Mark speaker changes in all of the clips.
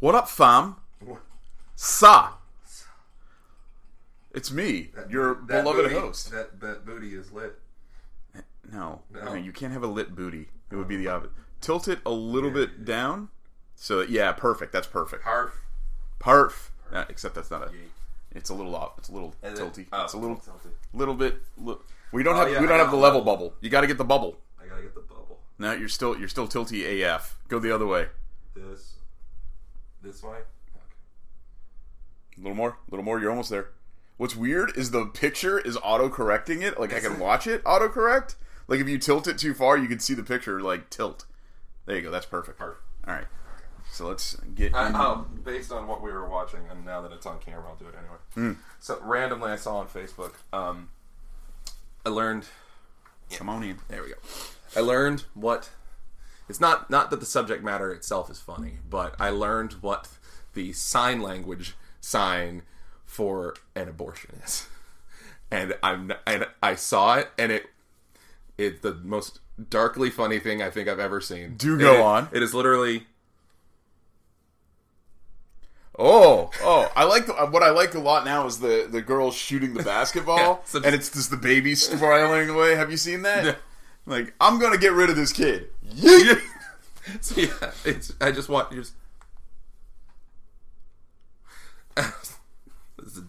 Speaker 1: What up, fam? Sa. It's me, your
Speaker 2: That
Speaker 1: beloved
Speaker 2: booty-
Speaker 1: host.
Speaker 2: That that booty is lit.
Speaker 1: No, no,
Speaker 2: No.
Speaker 1: you can't have a lit booty. It would be the opposite. Tilt it a little bit down. So yeah, perfect. That's perfect.
Speaker 2: Harf.
Speaker 1: Parf. Uh, except that's not a. It's a little off. It's a little tilty.
Speaker 2: oh,
Speaker 1: it's a little,
Speaker 2: tilty.
Speaker 1: little bit. Li- we don't
Speaker 2: Oh,
Speaker 1: have.
Speaker 2: yeah,
Speaker 1: we
Speaker 2: I
Speaker 1: don't have
Speaker 2: got
Speaker 1: the
Speaker 2: a
Speaker 1: level
Speaker 2: level.
Speaker 1: bubble. You got to get the bubble.
Speaker 2: I gotta get the bubble.
Speaker 1: No, you're still you're still tilty AF. Go the other way.
Speaker 2: This. This way.
Speaker 1: A little more, a little more. You're almost there. What's weird is the picture is auto correcting it. Like I can watch it auto correct. Like if you tilt it too far, you can see the picture like tilt. There you go. That's perfect.
Speaker 2: Perfect.
Speaker 1: All right. So let's get.
Speaker 2: I,
Speaker 1: in-
Speaker 2: oh, based on what we were watching, and now that it's on camera, I'll do it anyway. So randomly, I saw on Facebook. Um, I learned.
Speaker 1: Come on in.
Speaker 2: There we go. I learned what. It's not not that the subject matter itself is funny, but I learned what the sign language sign for an abortion is, and I'm n- and I saw it, and it it's the most darkly funny thing I think I've ever seen.
Speaker 1: Do go
Speaker 2: It-
Speaker 1: on.
Speaker 2: It is literally
Speaker 1: Oh, oh! I like the, what I like a lot now is the the girl shooting the basketball,
Speaker 2: Yeah, so
Speaker 1: and it's just the baby spiraling away. Have you seen that?
Speaker 2: Yeah.
Speaker 1: Like I'm gonna get rid of this kid. Yeet!
Speaker 2: So yeah, it's I just want you just. This is the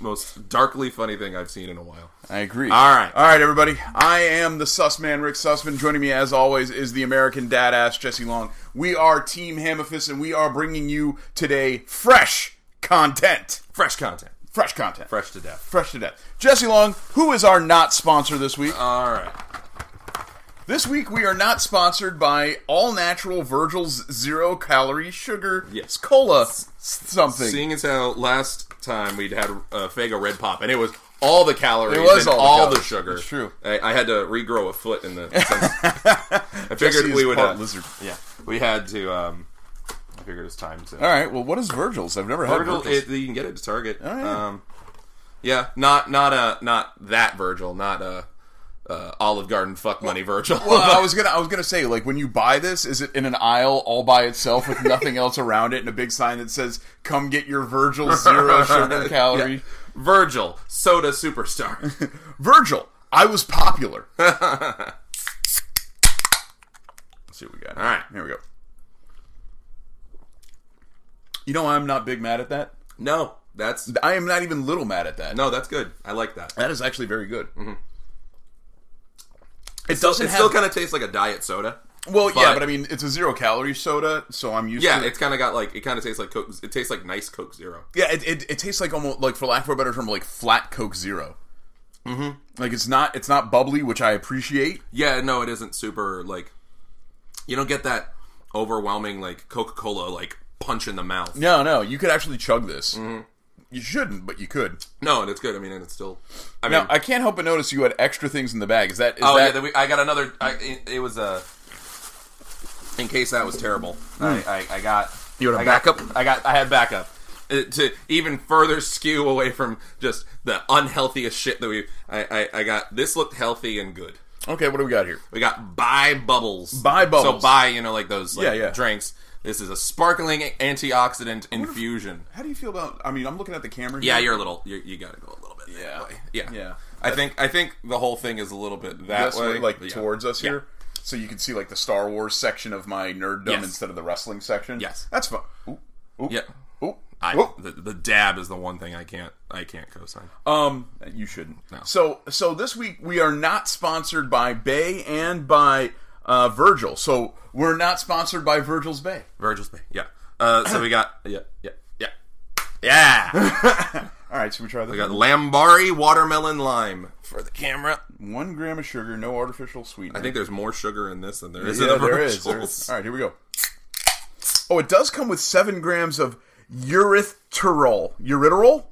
Speaker 2: most darkly funny thing I've seen in a while.
Speaker 1: I agree.
Speaker 2: All right.
Speaker 1: All right, everybody. I am the Sussman, Rick Sussman. Joining me, as always, is the American Dadass, Jesse Long. We are Team Hammerfist, and we are bringing you today fresh content.
Speaker 2: Fresh content,
Speaker 1: Fresh content.
Speaker 2: fresh to death.
Speaker 1: Fresh to death. Jesse Long, who is our not sponsor this week?
Speaker 2: All right,
Speaker 1: This week, we are not sponsored by all natural Virgil's zero calorie sugar
Speaker 2: Yes.
Speaker 1: cola s- something.
Speaker 2: seeing as how last time we'd had uh, Fago Red Pop, and it was all the calories,
Speaker 1: It was
Speaker 2: and
Speaker 1: all the
Speaker 2: all the
Speaker 1: calories.
Speaker 2: sugar.
Speaker 1: It's true.
Speaker 2: I, I had to regrow a foot in the. I
Speaker 1: Jesse
Speaker 2: figured
Speaker 1: is
Speaker 2: we would
Speaker 1: part
Speaker 2: have,
Speaker 1: lizard.
Speaker 2: Yeah, we had to. Um, I figured it was time to.
Speaker 1: All right. Well, what is Virgil's? I've never had
Speaker 2: Virgil,
Speaker 1: Virgil's.
Speaker 2: it, you can get it to Target.
Speaker 1: Oh, yeah.
Speaker 2: Um, yeah, not not uh not that Virgil, not uh, uh Olive Garden fuck money Virgil.
Speaker 1: Well, I was gonna, I was gonna say, like, when you buy this, is it in an aisle all by itself with nothing else around it, and a big sign that says "Come get your Virgil zero sugar calorie"?
Speaker 2: Yeah. Virgil, soda superstar.
Speaker 1: Virgil, I was popular. Let's see what we got.
Speaker 2: All right.
Speaker 1: here we go. You know, I'm not big mad at that.
Speaker 2: no, that's
Speaker 1: I am not even little mad at that.
Speaker 2: no, that's good. I like that.
Speaker 1: that is actually very good. It
Speaker 2: It
Speaker 1: doesn't have,
Speaker 2: still kind of tastes like a diet soda.
Speaker 1: well, yeah,
Speaker 2: but-
Speaker 1: but I mean, it's a zero calorie soda, so I'm used
Speaker 2: Yeah,
Speaker 1: to it.
Speaker 2: it's kind of got like it kind of tastes like Coke. It tastes like nice Coke Zero.
Speaker 1: Yeah, it, it, it tastes like almost like for lack of a better term, like flat Coke 0 Mm-hmm. Like it's not it's not bubbly, which I appreciate.
Speaker 2: Yeah, no, it isn't super like. You don't get that overwhelming like Coca Cola like punch in the mouth.
Speaker 1: No, no, Mm-hmm. you could actually chug this. You shouldn't, but you could.
Speaker 2: No, and it's good. I mean, and it's still. I mean,
Speaker 1: Now I can't help but notice you had extra things in the bag. Is that is
Speaker 2: Oh yeah,
Speaker 1: that
Speaker 2: then we, I got another. I, it, it was a. In case that was terrible, I, I, I got.
Speaker 1: You had a
Speaker 2: I got-
Speaker 1: backup?
Speaker 2: I got. I had backup. Uh, to even further skew away from just the unhealthiest shit that we. I, I, I got. This looked healthy and good.
Speaker 1: okay? What do we got here?
Speaker 2: We got buy bubbles.
Speaker 1: Buy bubbles.
Speaker 2: So buy, you know, like those. Like,
Speaker 1: Yeah, yeah.
Speaker 2: Drinks. This is a sparkling antioxidant infusion.
Speaker 1: How do you feel about? I mean, I'm looking at the camera.
Speaker 2: Yeah, you're a little. you you got to go a little bit. that
Speaker 1: Yeah.
Speaker 2: way. Yeah.
Speaker 1: Yeah.
Speaker 2: I think. I think the whole thing is a little bit that
Speaker 1: this way, like
Speaker 2: Yeah.
Speaker 1: towards us
Speaker 2: Yeah.
Speaker 1: here, so you can see like the Star Wars section of my nerddom
Speaker 2: Yes.
Speaker 1: instead of the wrestling section.
Speaker 2: Yes.
Speaker 1: that's fun. Ooh, ooh,
Speaker 2: Yeah.
Speaker 1: ooh,
Speaker 2: I,
Speaker 1: ooh.
Speaker 2: the, the dab is the one thing I can't I can't co-sign. Oh.
Speaker 1: Um, you shouldn't. So, so this week we are not sponsored by Bay and by uh, Virgil. So we're not sponsored by Virgil's Bay.
Speaker 2: Virgil's Bay. Yeah. Uh, so we got yeah yeah yeah yeah.
Speaker 1: All right, should we try this?
Speaker 2: we got Lambari watermelon lime for the camera.
Speaker 1: One gram of sugar, no artificial sweetener.
Speaker 2: I think there's more sugar in this than there is in
Speaker 1: yeah,
Speaker 2: the
Speaker 1: there
Speaker 2: Virgil's.
Speaker 1: is, there is. All right, here we go. Oh, it does come with seven grams of urethral, urethral,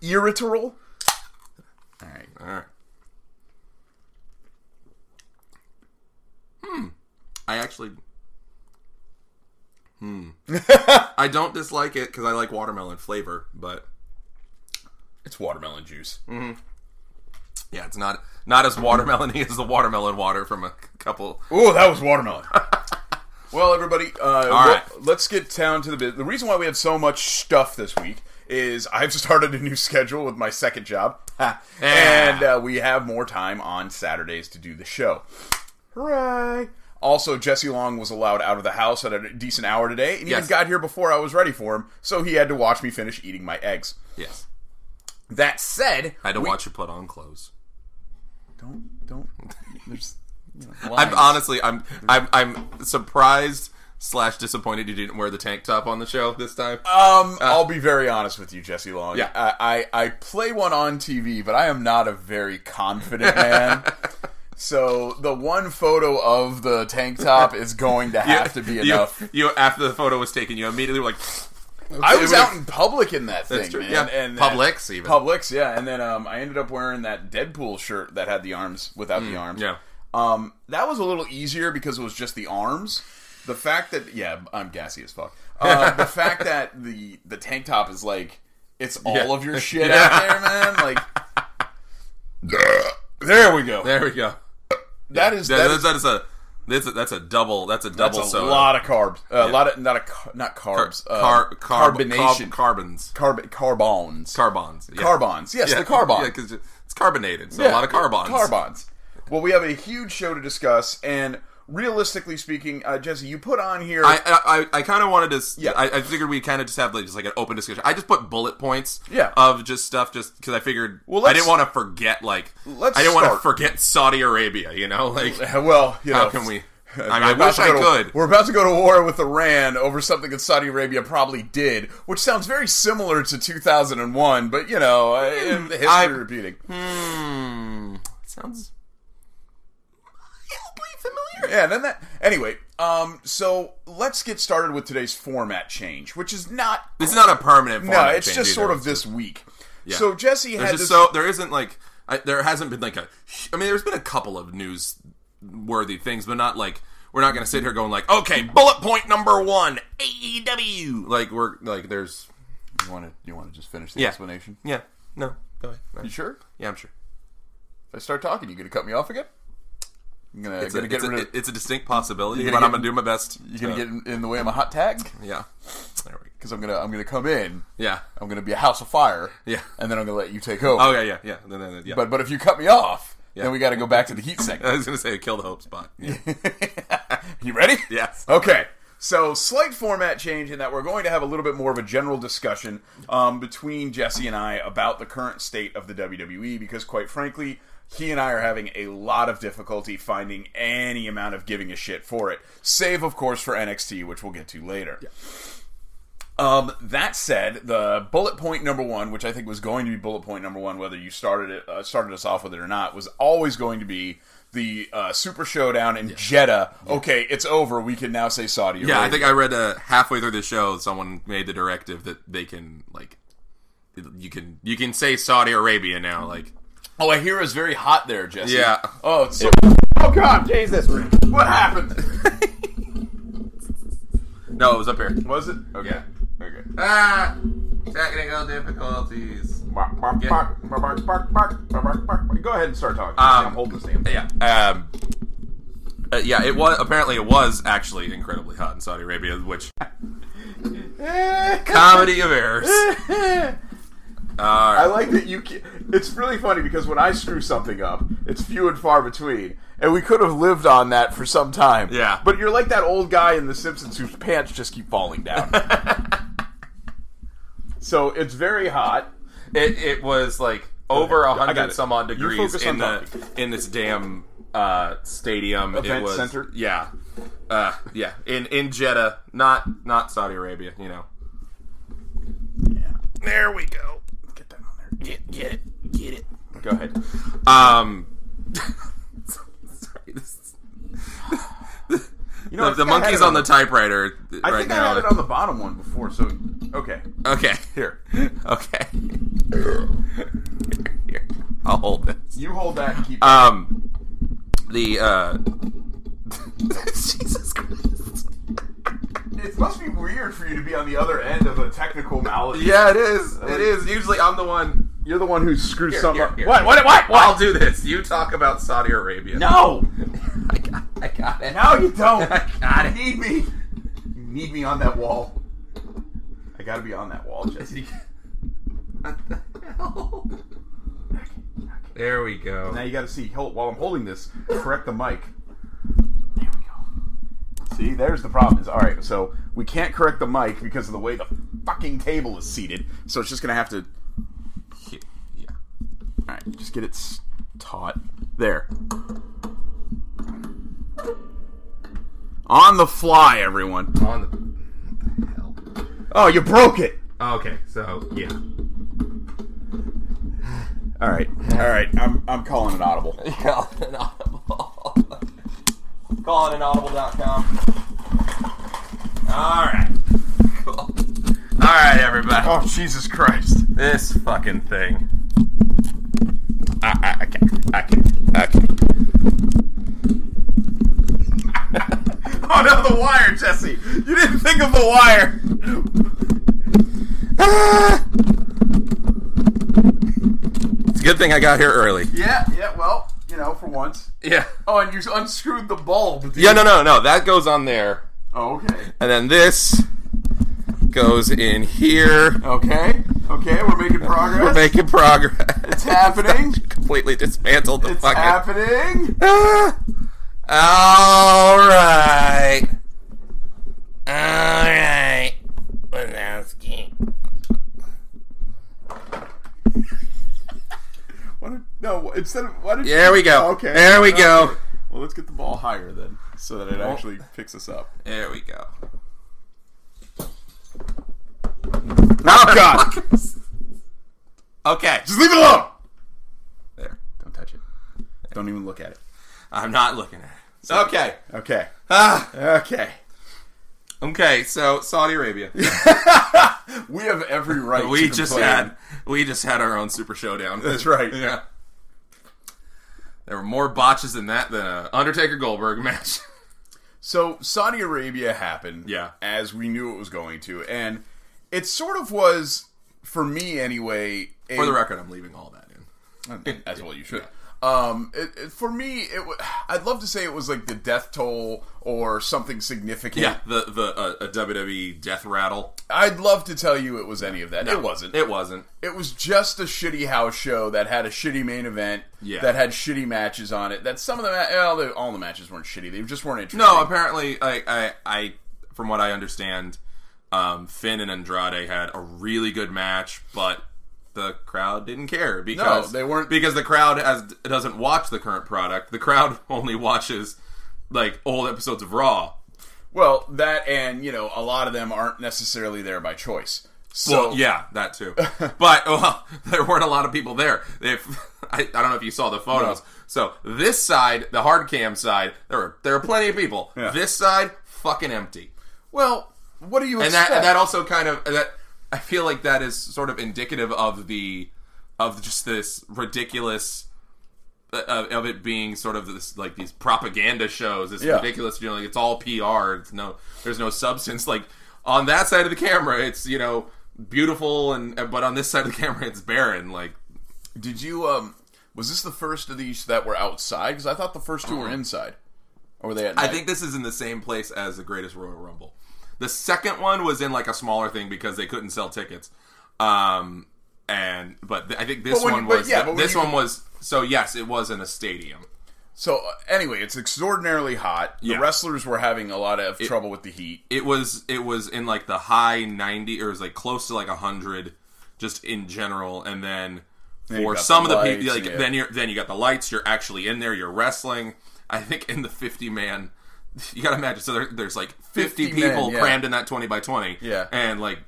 Speaker 1: urethral. All right,
Speaker 2: All right. Hmm. I actually. Hmm. I don't dislike it because I like watermelon flavor, but
Speaker 1: it's watermelon juice.
Speaker 2: yeah, it's not not as watermelony as the watermelon water from a couple
Speaker 1: Oh, that was watermelon. Well, everybody, uh,
Speaker 2: right.
Speaker 1: well, let's get down to the bit. The reason why we have so much stuff this week is I've started a new schedule with my second job, and uh, we have more time on Saturdays to do the show. Hooray! Also, Jesse Long was allowed out of the house at a decent hour today, and he
Speaker 2: Yes.
Speaker 1: even got here before I was ready for him, so he had to watch me finish eating my eggs.
Speaker 2: Yes.
Speaker 1: That said,
Speaker 2: I had to
Speaker 1: we-
Speaker 2: watch you put on clothes.
Speaker 1: Don't don't. There's. You know,
Speaker 2: I'm
Speaker 1: lines.
Speaker 2: honestly, I'm, I'm, I'm surprised slash disappointed you didn't wear the tank top on the show this time.
Speaker 1: Um, I'll be very honest with you, Jesse Long.
Speaker 2: Uh. Yeah.
Speaker 1: I, I, I play one on TV, but I am not a very confident man. so the one photo of the tank top is going to have to be
Speaker 2: You-
Speaker 1: enough.
Speaker 2: You, after the photo was taken, you immediately were like,
Speaker 1: I was
Speaker 2: It
Speaker 1: out in public in that thing,
Speaker 2: That's true.
Speaker 1: man.
Speaker 2: Yeah.
Speaker 1: And that-
Speaker 2: Publix even.
Speaker 1: Publix, yeah. And then um, I ended up wearing that Deadpool shirt that had the arms without the arms.
Speaker 2: Mm, yeah.
Speaker 1: Um, that was a little easier because it was just the arms. The fact that yeah, I'm gassy as fuck. Uh, the fact that the the tank top is like it's all
Speaker 2: Yeah.
Speaker 1: of your shit
Speaker 2: Yeah.
Speaker 1: out there, man. Like. There we go.
Speaker 2: "There we go."
Speaker 1: That is
Speaker 2: That,
Speaker 1: that
Speaker 2: that's,
Speaker 1: is,
Speaker 2: that's a that's a, that's a double. That's a double.
Speaker 1: that's a
Speaker 2: soda.
Speaker 1: lot of carbs. Uh, A lot of not a car- not carbs.
Speaker 2: Car,
Speaker 1: uh,
Speaker 2: carb,
Speaker 1: carbonation.
Speaker 2: carb- carbons,
Speaker 1: Carb- carbons.
Speaker 2: carbons, yeah.
Speaker 1: Carbons. Yes,
Speaker 2: Yeah,
Speaker 1: the carbon.
Speaker 2: Yeah, because it's carbonated, so a
Speaker 1: Yeah,
Speaker 2: lot of carbons.
Speaker 1: Carbons. Well, we have a huge show to discuss, and realistically speaking, uh, Jesse, you put on here.
Speaker 2: I I, I kind of wanted to. s-
Speaker 1: Yeah.
Speaker 2: I, I figured we kind of just have like just like an open discussion. I just put bullet points.
Speaker 1: Yeah.
Speaker 2: Of just stuff, just because I figured.
Speaker 1: Well,
Speaker 2: Well, I
Speaker 1: let's-
Speaker 2: didn't want to forget. Like,
Speaker 1: Let's
Speaker 2: I didn't want to
Speaker 1: start.
Speaker 2: forget Saudi Arabia. You know, like
Speaker 1: well, you know,
Speaker 2: how can we? I, mean, I
Speaker 1: we're about
Speaker 2: wish
Speaker 1: to
Speaker 2: I
Speaker 1: go to-
Speaker 2: could.
Speaker 1: We're about to go to war with Iran over something that Saudi Arabia probably did, which sounds very similar to 2001. But you know, uh, history
Speaker 2: Hmm, I-
Speaker 1: repeating.
Speaker 2: Hmm. Sounds mildly familiar.
Speaker 1: Yeah, and then that. Anyway, um, so let's get started with today's format change, which is not.
Speaker 2: It's not a permanent.
Speaker 1: No,
Speaker 2: format
Speaker 1: it's
Speaker 2: change
Speaker 1: just
Speaker 2: either.
Speaker 1: sort of this week. So Jesse had
Speaker 2: There's
Speaker 1: this.
Speaker 2: just so there isn't like I, there hasn't been like a. I mean, there's been a couple of newsworthy things, but not like we're not going to sit here going like, okay, bullet point number one, AEW. Like we're like there's
Speaker 1: you want to you want to just finish the
Speaker 2: Yeah.
Speaker 1: explanation?
Speaker 2: yeah no go ahead
Speaker 1: You sure?
Speaker 2: yeah I'm sure
Speaker 1: If I start talking, you gonna cut me off again? I'm gonna,
Speaker 2: it's,
Speaker 1: gonna
Speaker 2: a,
Speaker 1: get
Speaker 2: it's, a, uh,
Speaker 1: rid of.
Speaker 2: it's a distinct possibility,
Speaker 1: You're
Speaker 2: but
Speaker 1: gonna
Speaker 2: I'm
Speaker 1: get-
Speaker 2: gonna do my best.
Speaker 1: you gonna
Speaker 2: to-
Speaker 1: get in, in the way of my hot tag
Speaker 2: yeah there we go
Speaker 1: because I'm gonna I'm gonna come in.
Speaker 2: yeah
Speaker 1: I'm gonna be a house of fire.
Speaker 2: Yeah.
Speaker 1: and then I'm gonna let you take over.
Speaker 2: oh yeah yeah yeah, no, no, no, yeah.
Speaker 1: But but if you cut me off,
Speaker 2: Yeah.
Speaker 1: then we got to go back to the heat segment.
Speaker 2: I was gonna say kill the hope spot yeah.
Speaker 1: you ready?
Speaker 2: yes
Speaker 1: Okay. So slight format change in that we're going to have a little bit more of a general discussion um, between Jesse and I about the current state of the WWE because, quite frankly, he and I are having a lot of difficulty finding any amount of giving a shit for it, save of course for NXT, which we'll get to later. Um, that said, the bullet point number one, which I think was going to be bullet point number one, whether you started it, uh, started us off with it or not, was always going to be the uh, Super Showdown in Jeddah. Okay, it's over. We can now say Saudi Arabia.
Speaker 2: Yeah, I think I read uh, halfway through the show, someone made the directive that they can like, you can you can say Saudi Arabia now. Like,
Speaker 1: Oh, I hear it's very hot there, Jesse.
Speaker 2: Yeah.
Speaker 1: Oh, it's so- oh God, Jesus! What happened?
Speaker 2: no, it was up here.
Speaker 1: was it? Okay.
Speaker 2: Yeah.
Speaker 1: Okay.
Speaker 2: Ah, technical difficulties.
Speaker 1: Bark, bark,
Speaker 2: Yeah.
Speaker 1: bark, bark, bark, bark, bark, bark. Go ahead and start talking. I'm holding this damn thing.
Speaker 2: Yeah. Um. uh, yeah, it was apparently it was actually incredibly hot in Saudi Arabia, which eh, comedy of errors.
Speaker 1: I like that you. ca- It's really funny because when I screw something up, it's few and far between, and we could have lived on that for some time.
Speaker 2: Yeah.
Speaker 1: but you're like that old guy in The Simpsons whose pants just keep falling down. so it's very hot.
Speaker 2: It, it was like over a
Speaker 1: I got
Speaker 2: hundred
Speaker 1: it.
Speaker 2: some odd
Speaker 1: You
Speaker 2: degrees
Speaker 1: focus on
Speaker 2: in the in this damn uh, stadium. it
Speaker 1: Event
Speaker 2: was,
Speaker 1: center?
Speaker 2: Yeah, uh, yeah. In in Jeddah, not not Saudi Arabia. You know.
Speaker 1: Yeah.
Speaker 2: There we go.
Speaker 1: Get that on there.
Speaker 2: Get get it get it.
Speaker 1: Go ahead.
Speaker 2: Um. sorry, this is-
Speaker 1: You
Speaker 2: the, the monkey's on the typewriter th-
Speaker 1: I
Speaker 2: right
Speaker 1: think
Speaker 2: now.
Speaker 1: I had it on the bottom one before. So okay,
Speaker 2: Okay.
Speaker 1: here
Speaker 2: Okay. Here. I'll hold this.
Speaker 1: you hold that. And keep.
Speaker 2: Um, the uh, Jesus Christ.
Speaker 1: it must be weird for you to be on the other end of a technical malady.
Speaker 2: Yeah, it is. It is. Usually, I'm the one.
Speaker 1: You're the one who screws
Speaker 2: Here,
Speaker 1: some
Speaker 2: here,
Speaker 1: up.
Speaker 2: here.
Speaker 1: What? What? What? What?
Speaker 2: I'll do this. You talk about Saudi Arabia.
Speaker 1: No,
Speaker 2: I got, I got it.
Speaker 1: no, you don't.
Speaker 2: I got
Speaker 1: got it. Need me. You need me on that wall. I gotta be on that wall, Jesse.
Speaker 3: What the hell? There we go.
Speaker 1: Now you gotta see. Hold, while I'm holding this, correct the mic. There we go. See, there's the problem. Is all right. So we can't correct the mic because of the way the fucking table is seated. So it's just gonna have to.
Speaker 2: Yeah.
Speaker 1: All right, just get it s- taut. There. On the fly, everyone.
Speaker 3: On the, what the hell?
Speaker 1: Oh, you broke it.
Speaker 3: Okay, so yeah.
Speaker 1: All right, all right. I'm I'm calling it audible.
Speaker 2: Calling an audible. Calling an audible.com. All right. Cool. All right, everybody.
Speaker 1: Oh Jesus Christ!
Speaker 2: This fucking thing.
Speaker 1: I, I can't. I can't. I can't. oh no, the wire, Jesse. You didn't think of the wire. Ah!
Speaker 2: It's a good thing I got here early.
Speaker 1: Yeah, yeah. Well, you know, for once.
Speaker 2: Yeah.
Speaker 1: Oh, and you unscrewed the bulb. dude.
Speaker 2: Yeah, no, no, no. That goes on there.
Speaker 1: Oh, okay.
Speaker 2: And then this goes in here.
Speaker 1: Okay. Okay. We're making progress.
Speaker 2: We're making progress.
Speaker 1: It's happening.
Speaker 2: Completely dismantled the
Speaker 1: It's
Speaker 2: fucking.
Speaker 1: happening.
Speaker 2: Ah! All right. All right. Wazowski.
Speaker 1: Why don't, no, instead of why did
Speaker 2: There we go.
Speaker 1: Okay.
Speaker 2: There we go.
Speaker 1: Okay. Well, let's get the ball higher then, so that it actually picks us up.
Speaker 2: There we go.
Speaker 1: Oh God!
Speaker 2: Okay.
Speaker 1: Just leave it alone.
Speaker 2: There.
Speaker 1: Don't touch it. Don't even look at it.
Speaker 2: I'm not looking at it. Okay.
Speaker 1: Okay.
Speaker 2: Ah.
Speaker 1: Okay.
Speaker 2: Okay. So Saudi Arabia.
Speaker 1: We have every right.
Speaker 2: we
Speaker 1: to
Speaker 2: just
Speaker 1: complain.
Speaker 2: had we just had our own super showdown.
Speaker 1: That's right.
Speaker 2: Yeah. There were more botches in that than a Undertaker Goldberg match.
Speaker 1: So Saudi Arabia happened,
Speaker 2: Yeah.
Speaker 1: as we knew it was going to, and it sort of was for me anyway. A, Oh,
Speaker 2: For the record, I'm leaving all that in.
Speaker 1: as well you should. Um, it, it- for me, it w- I'd love to say it was like the death toll or something significant.
Speaker 2: Yeah, the the uh, a WWE death rattle.
Speaker 1: I'd love to tell you it was any of that. it wasn't. It,
Speaker 2: It wasn't.
Speaker 1: was just a shitty house show that had a shitty main event.
Speaker 2: Yeah.
Speaker 1: That had shitty matches on it. That some of the ma- well, they, all the matches weren't shitty. They just weren't interesting.
Speaker 2: No, apparently, I, I, I from what I understand, um, Finn and Andrade had a really good match, but the crowd didn't care because
Speaker 1: they weren't-
Speaker 2: because the crowd has doesn't watch the current product. The crowd only watches like old episodes of Raw.
Speaker 1: Well, that and you know a lot of them aren't necessarily there by choice. So
Speaker 2: well, yeah, that too. but well, there weren't a lot of people there. If I, I don't know if you saw the photos. So this side, the hard cam side, there were there were plenty of people.
Speaker 1: Yeah.
Speaker 2: This side, fucking empty.
Speaker 1: Well, what do you
Speaker 2: and
Speaker 1: expect?
Speaker 2: that and that also kind of that I feel like that is sort of indicative of the of just this ridiculous uh, of, of it being sort of this like these propaganda shows. It's
Speaker 1: Yeah.
Speaker 2: ridiculous, you know, like it's all PR. It's no, there's no substance. Like on that side of the camera, it's you know beautiful, and but on this side of the camera, it's barren. Like
Speaker 1: Did you um? Was this the first of these that were outside? Because I thought the first two were inside. Or were they at
Speaker 2: Mm-hmm. I
Speaker 1: night?
Speaker 2: think this is in the same place as the Greatest Royal Rumble. The second one was in like a smaller thing because they couldn't sell tickets. Um, and but th- I think this
Speaker 1: But when
Speaker 2: one
Speaker 1: you- but
Speaker 2: was
Speaker 1: yeah, but when
Speaker 2: this
Speaker 1: you-
Speaker 2: one was so yes, it was in a stadium.
Speaker 1: so. uh, Anyway, it's extraordinarily hot. The
Speaker 2: Yeah.
Speaker 1: wrestlers were having a lot of trouble with the heat.
Speaker 2: It was it was in like the high ninety or it was like close to like hundred, just in general. And then
Speaker 1: you
Speaker 2: for
Speaker 1: got
Speaker 2: some
Speaker 1: the
Speaker 2: of the people,
Speaker 1: lights,
Speaker 2: like
Speaker 1: yeah.
Speaker 2: then you are then you got the lights. You're actually in there. You're wrestling. I think in the fifty man. You gotta imagine. So there, there's like 50,
Speaker 1: 50 men,
Speaker 2: people
Speaker 1: yeah.
Speaker 2: crammed in that twenty by twenty.
Speaker 1: Yeah.
Speaker 2: and like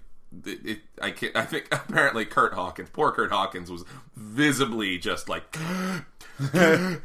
Speaker 2: it, it, I can I think apparently Kurt Hawkins, poor Kurt Hawkins, was visibly just like
Speaker 1: Well,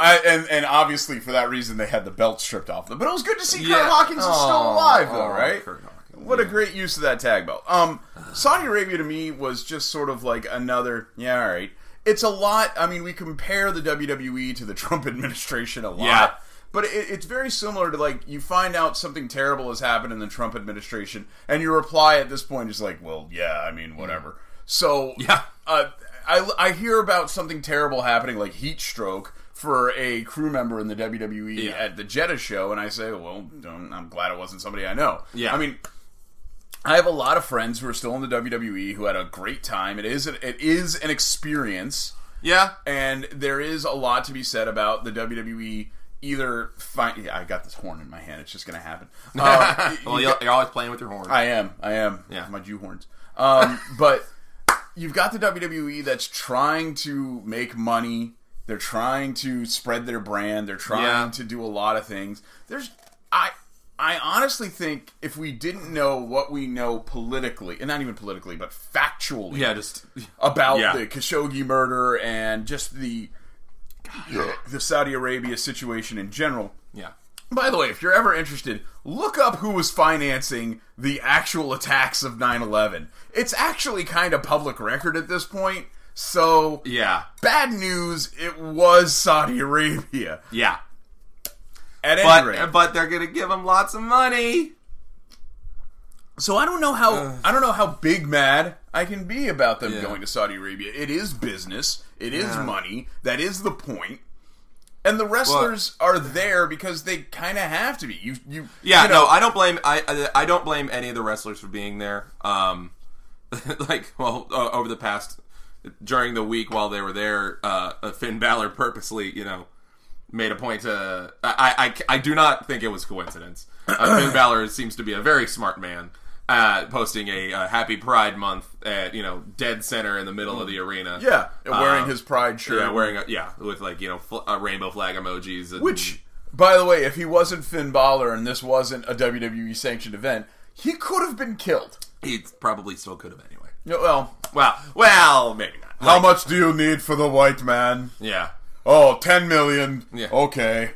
Speaker 1: I, and and obviously for that reason they had the belt stripped off them. But it was good to see Kurt
Speaker 2: Yeah.
Speaker 1: Hawkins is still
Speaker 2: Aw,
Speaker 1: alive, though,
Speaker 2: aw,
Speaker 1: right?
Speaker 2: Kurt Hawkins,
Speaker 1: What a great use of that tag belt. Um, Saudi Arabia to me was just sort of like another. Yeah, all right. It's a lot. I mean, we compare the WWE to the Trump administration a lot.
Speaker 2: Yeah.
Speaker 1: But it, it's very similar to like you find out something terrible has happened in the Trump administration, and your reply at this point is like, "Well, yeah, I mean, whatever." So
Speaker 2: Yeah.
Speaker 1: uh, I I hear about something terrible happening like heat stroke for a crew member in the WWE
Speaker 2: Yeah.
Speaker 1: at the Jeddah show, and I say, well, um, I'm glad it wasn't somebody I know.
Speaker 2: Yeah.
Speaker 1: I mean, I have a lot of friends who are still in the WWE who had a great time. It is it is an experience.
Speaker 2: Yeah.
Speaker 1: And there is a lot to be said about the WWE either. Fi- yeah, I got this horn in my hand. It's just going to happen. Um,
Speaker 2: well, you're, you're always playing with your horn.
Speaker 1: I am. I am.
Speaker 2: Yeah.
Speaker 1: My Jew horns. Um, but you've got the WWE that's trying to make money. They're trying to spread their brand. They're trying
Speaker 2: Yeah.
Speaker 1: to do a lot of things. There's I I honestly think if we didn't know what we know politically, and not even politically, but factually
Speaker 2: yeah, just
Speaker 1: about
Speaker 2: Yeah.
Speaker 1: the Khashoggi murder and just the the Saudi Arabia situation in general.
Speaker 2: yeah.
Speaker 1: By the way, if you're ever interested, look up who was financing the actual attacks of 9 11. It's actually kind of public record at this point. So,
Speaker 2: Yeah.
Speaker 1: bad news, it was Saudi Arabia.
Speaker 2: Yeah.
Speaker 1: At any rate.
Speaker 2: But but they're going to give him lots of money.
Speaker 1: So I don't know how I don't know how big mad I can be about them
Speaker 2: uh, Yeah.
Speaker 1: going to Saudi Arabia. It is business. It is
Speaker 2: Yeah.
Speaker 1: money. That is the point. And the wrestlers are there because they kind of have to be. You you
Speaker 2: Yeah,
Speaker 1: you know,
Speaker 2: no, I don't blame I, I I don't blame any of the wrestlers for being there. Um, like well, o- over the past during the week while they were there, uh, Finn Balor purposely, you know, made a point to. I I, I do not think it was coincidence. Uh, Finn Balor seems to be a very smart man. Uh, posting a uh, Happy Pride Month at you know dead center in the middle of the arena.
Speaker 1: Mm. yeah, wearing
Speaker 2: Um,
Speaker 1: his pride shirt.
Speaker 2: yeah wearing a, yeah with like you know fl- uh, rainbow flag emojis and,
Speaker 1: Which, by the way, if he wasn't Finn Balor and this wasn't a WWE sanctioned event, he could have been killed.
Speaker 2: he probably still could have anyway.
Speaker 1: You know, well,
Speaker 2: Well, well, maybe not.
Speaker 1: how much do you need for the white man?
Speaker 2: Yeah.
Speaker 1: Oh, 10 million.
Speaker 2: Yeah.
Speaker 1: Okay.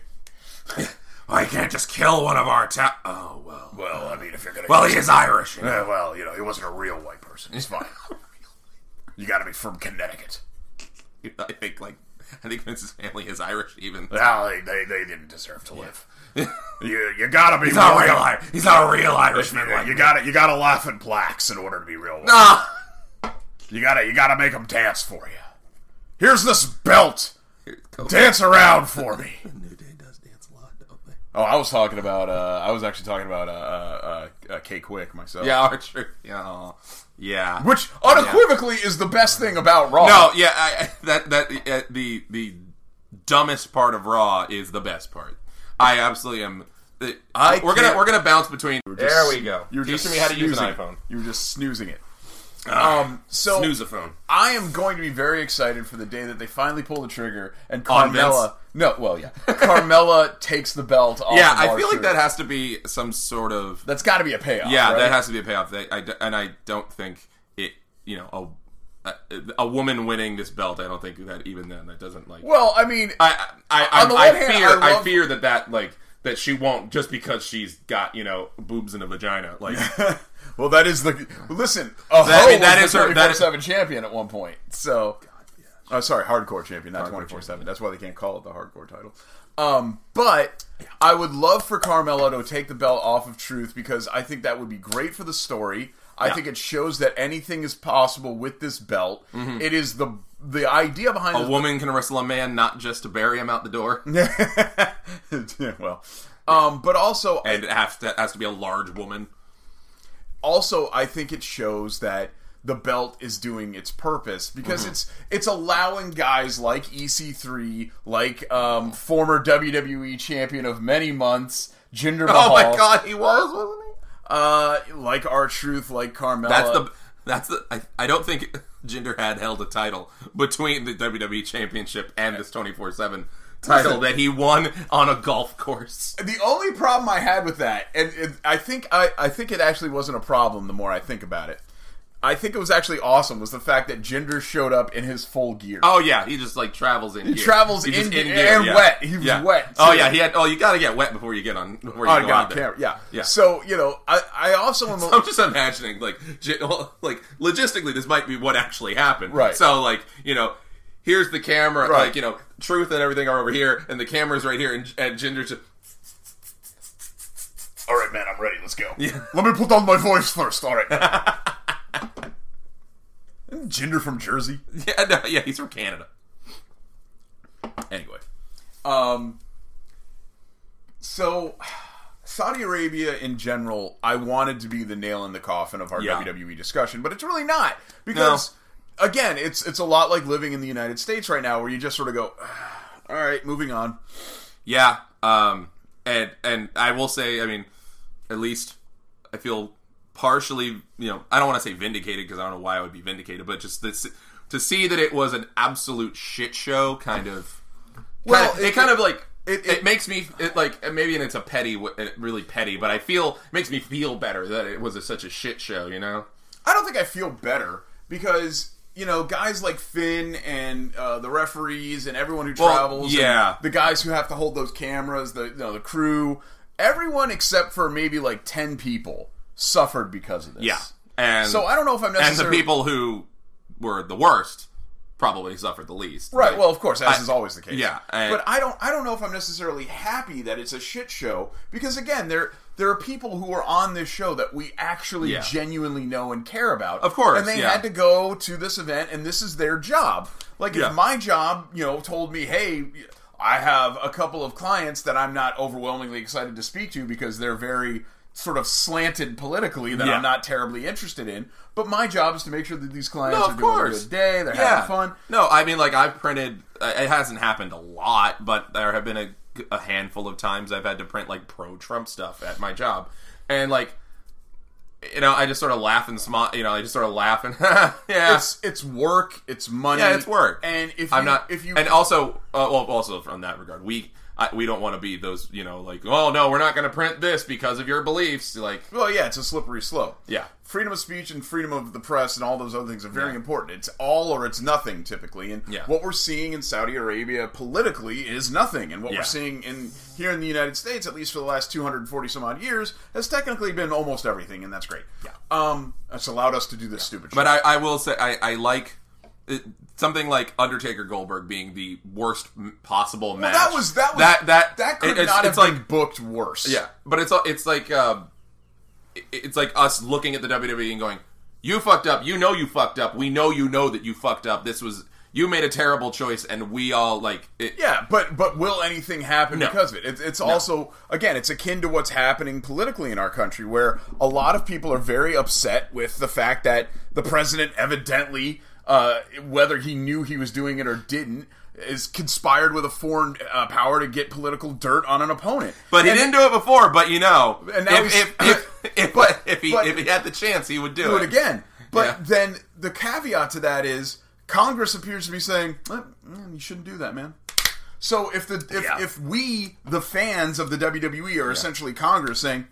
Speaker 2: I can't just kill one of our ta- Oh, well.
Speaker 1: Well, I mean, if you're going to.
Speaker 2: is Irish.
Speaker 1: Yeah, well, you know, he wasn't a real white person. It's fine. you got to be from Connecticut.
Speaker 2: I think, like, I think Vince's family is Irish, even.
Speaker 1: Well, Ah, they, they, they didn't deserve to live. you you got to be. more-
Speaker 2: Irish. He's not a real Irishman.
Speaker 1: You got to you got to laugh at blacks in order to be real.
Speaker 2: Ah!
Speaker 1: You gotta, you gotta make them dance for you. Here's this belt. Dance around for me.
Speaker 2: New Day does dance a lot, don't they?
Speaker 1: Oh, I was talking about. Uh, I was actually talking about uh, uh, uh, K Quick myself.
Speaker 2: Yeah, Archer. Yeah. aw. Oh. Yeah.
Speaker 1: Which unequivocally is the best thing about Raw.
Speaker 2: No, yeah, I, I- that, that, uh, the, the dumbest part of Raw is the best part. I absolutely am. the-
Speaker 1: I
Speaker 2: we're gonna
Speaker 1: can't-
Speaker 2: we're gonna bounce between.
Speaker 3: There we go.
Speaker 1: you were just
Speaker 3: Teaching me how to use an
Speaker 1: snoozing it.
Speaker 3: iPhone.
Speaker 1: You were just snoozing it. Um, so
Speaker 2: Snoozophone.
Speaker 1: I am going to be very excited for the day that they finally pull the trigger and
Speaker 2: On Vince?
Speaker 1: Carmella. No, well, yeah, Carmella takes the belt. off
Speaker 2: Yeah,
Speaker 1: of
Speaker 2: I
Speaker 1: our
Speaker 2: feel like
Speaker 1: shirt.
Speaker 2: that has to be some sort of
Speaker 1: That's got to be a payoff.
Speaker 2: yeah,
Speaker 1: right?
Speaker 2: that has to be a payoff. That I d- and I don't think it. You know, a, a a woman winning this belt. I don't think that even then that doesn't like.
Speaker 1: Well, I mean,
Speaker 2: I I I,
Speaker 1: on the
Speaker 2: I
Speaker 1: one hand,
Speaker 2: fear
Speaker 1: I love-
Speaker 2: I fear that that like that she won't just because she's got you know boobs and a vagina. Like
Speaker 1: Well, that is the listen. A
Speaker 2: That- I
Speaker 1: hoe
Speaker 2: mean, that
Speaker 1: was
Speaker 2: is
Speaker 1: the
Speaker 2: her- that is-
Speaker 1: seven champion at one point. So, oh, sorry, hardcore champion, not twenty four seven. That's why they can't call it the hardcore title. Um, but I would love for Carmelo to take the belt off of Truth because I think that would be great for the story. I think it shows that anything is possible with this belt. It is the the idea behind
Speaker 2: Mm-hmm. a
Speaker 1: this
Speaker 2: woman can wrestle a man not just to bury him out the door,
Speaker 1: Yeah, well, um, but also
Speaker 2: and it has to has to be a large woman.
Speaker 1: also I think it shows that the belt is doing its purpose
Speaker 2: Mm-hmm.
Speaker 1: because it's it's allowing guys like EC3, like um, former WWE champion of many months, Jinder Mahal,
Speaker 2: Oh my god, he was wasn't he?
Speaker 1: uh, like our truth, like Carmella.
Speaker 2: That's the that's the I, I don't think Jinder had held a title between the WWE Championship and this twenty four seven title that he won on a golf course.
Speaker 1: the only problem I had with that, and it, I think I, I think it actually wasn't a problem. The more I think about it, I think it was actually awesome. Was the fact that Jinder showed up in his full gear.
Speaker 2: Oh yeah, he just like travels in. He gear.
Speaker 1: travels
Speaker 2: He's just
Speaker 1: in gear and wet. He was wet,
Speaker 2: Oh
Speaker 1: too.
Speaker 2: yeah, he had. Oh, you gotta get wet before you get on. Before you
Speaker 1: on
Speaker 2: go
Speaker 1: God,
Speaker 2: out there.
Speaker 1: camera, yeah,
Speaker 2: Yeah.
Speaker 1: So you know, I, I also am a-
Speaker 2: I'm just imagining, like, j- like logistically, this might be what actually happened.
Speaker 1: Right.
Speaker 2: So, like, you know, here's the camera,
Speaker 1: Right.
Speaker 2: like, you know, truth and everything are over here, and the camera's right here, and, and Ginger's just,
Speaker 1: All right, man, I'm ready. Let's go. Let me put on my voice first. All right. Ginger from Jersey.
Speaker 2: yeah, no, yeah, he's from Canada. Anyway,
Speaker 1: Um, so Saudi Arabia in general, I wanted to be the nail in the coffin of our
Speaker 2: Yeah.
Speaker 1: WWE discussion, but it's really not because again, it's it's a lot like living in the United States right now, where you just sort of go, "Ah, all right, moving on.
Speaker 2: Yeah. Um. And and I will say, I mean, at least I feel partially, you know, I don't want to say vindicated because I don't know why I would be vindicated, but just this to see that it was an absolute shit show, kind of.
Speaker 1: Well,
Speaker 2: kind of, it,
Speaker 1: it-
Speaker 2: kind of like. It,
Speaker 1: it-
Speaker 2: it makes me it like and maybe and it's a petty w- and it really petty but i feel it makes me feel better that it was a, such a shit show you know
Speaker 1: I don't think I feel better because you know guys like Finn and uh, the referees and everyone who
Speaker 2: Well,
Speaker 1: travels, and
Speaker 2: yeah.
Speaker 1: the guys who have to hold those cameras, the you know the crew, everyone except for maybe like ten people suffered because of this.
Speaker 2: and
Speaker 1: So I don't know if I'm
Speaker 2: and the
Speaker 1: necessarily
Speaker 2: people who were the worst probably suffered the least
Speaker 1: Right.
Speaker 2: Like,
Speaker 1: Well, of course, as
Speaker 2: I-
Speaker 1: is always the case.
Speaker 2: yeah, I-
Speaker 1: but I don't. I don't know if I'm necessarily happy that it's a shit show because again, there there are people who are on this show that we actually
Speaker 2: Yeah.
Speaker 1: genuinely know and care about.
Speaker 2: Of course,
Speaker 1: and they
Speaker 2: yeah.
Speaker 1: had to go to this event, and this is their job. Like
Speaker 2: Yeah.
Speaker 1: if my job, you know, told me, hey. I have a couple of clients that I'm not overwhelmingly excited to speak to because they're very sort of slanted politically that
Speaker 2: Yeah.
Speaker 1: I'm not terribly interested in. But my job is to make sure that these clients
Speaker 2: No,
Speaker 1: are
Speaker 2: of
Speaker 1: doing
Speaker 2: course.
Speaker 1: a good day, they're having fun.
Speaker 2: No, I mean like I've printed. uh, It hasn't happened a lot, but there have been a, a handful of times I've had to print like pro Trump stuff at my job, and like you know I just sort of laugh and smile. You know I just sort of laugh and yeah.
Speaker 1: it's it's work, it's money,
Speaker 2: Yeah, it's work.
Speaker 1: And if
Speaker 2: I'm
Speaker 1: you,
Speaker 2: not.
Speaker 1: if you
Speaker 2: and also, uh, well, also from that regard, we I, we don't want to be those. You know, like oh no, we're not going to print this because of your beliefs. Like
Speaker 1: well, yeah, it's a slippery slope.
Speaker 2: Yeah.
Speaker 1: freedom of speech and freedom of the press and all those other things are very important. It's all or it's nothing typically, and
Speaker 2: Yeah.
Speaker 1: what we're seeing in Saudi Arabia politically is nothing, and what
Speaker 2: Yeah.
Speaker 1: we're seeing in here in the United States, at least for the last 240 some odd years, has technically been almost everything, and that's great.
Speaker 2: Yeah.
Speaker 1: um, it's allowed us to do this stupid. shit.
Speaker 2: But I, I will say I, I like it, something like Undertaker Goldberg being the worst m- possible match.
Speaker 1: that was that was
Speaker 2: that that
Speaker 1: that could
Speaker 2: it- it's,
Speaker 1: not
Speaker 2: it's
Speaker 1: have
Speaker 2: like
Speaker 1: been booked worse.
Speaker 2: yeah, but it's it's like um, it- it's like us looking at the WWE and going, "You fucked up. You know you fucked up. We know you know that you fucked up. This was you made a terrible choice, and we all like it,
Speaker 1: Yeah, but but will anything happen
Speaker 2: No.
Speaker 1: because of it? It's, it's also again, it's akin to what's happening politically in our country, where a lot of people are very upset with the fact that the president evidently, uh, whether he knew he was doing it or didn't, is conspired with a foreign uh, power to get political dirt on an opponent.
Speaker 2: But he
Speaker 1: And
Speaker 2: didn't do it before. But you know,
Speaker 1: And now
Speaker 2: if,
Speaker 1: he's-
Speaker 2: if, if, if, but if he
Speaker 1: but-
Speaker 2: if he had the chance, he would do,
Speaker 1: do it again. But
Speaker 2: Yeah.
Speaker 1: then the caveat to that is Congress appears to be saying, "Well, mm, "You shouldn't do that, man." So if the if,
Speaker 2: Yeah.
Speaker 1: if we the fans of the WWE are essentially Congress saying,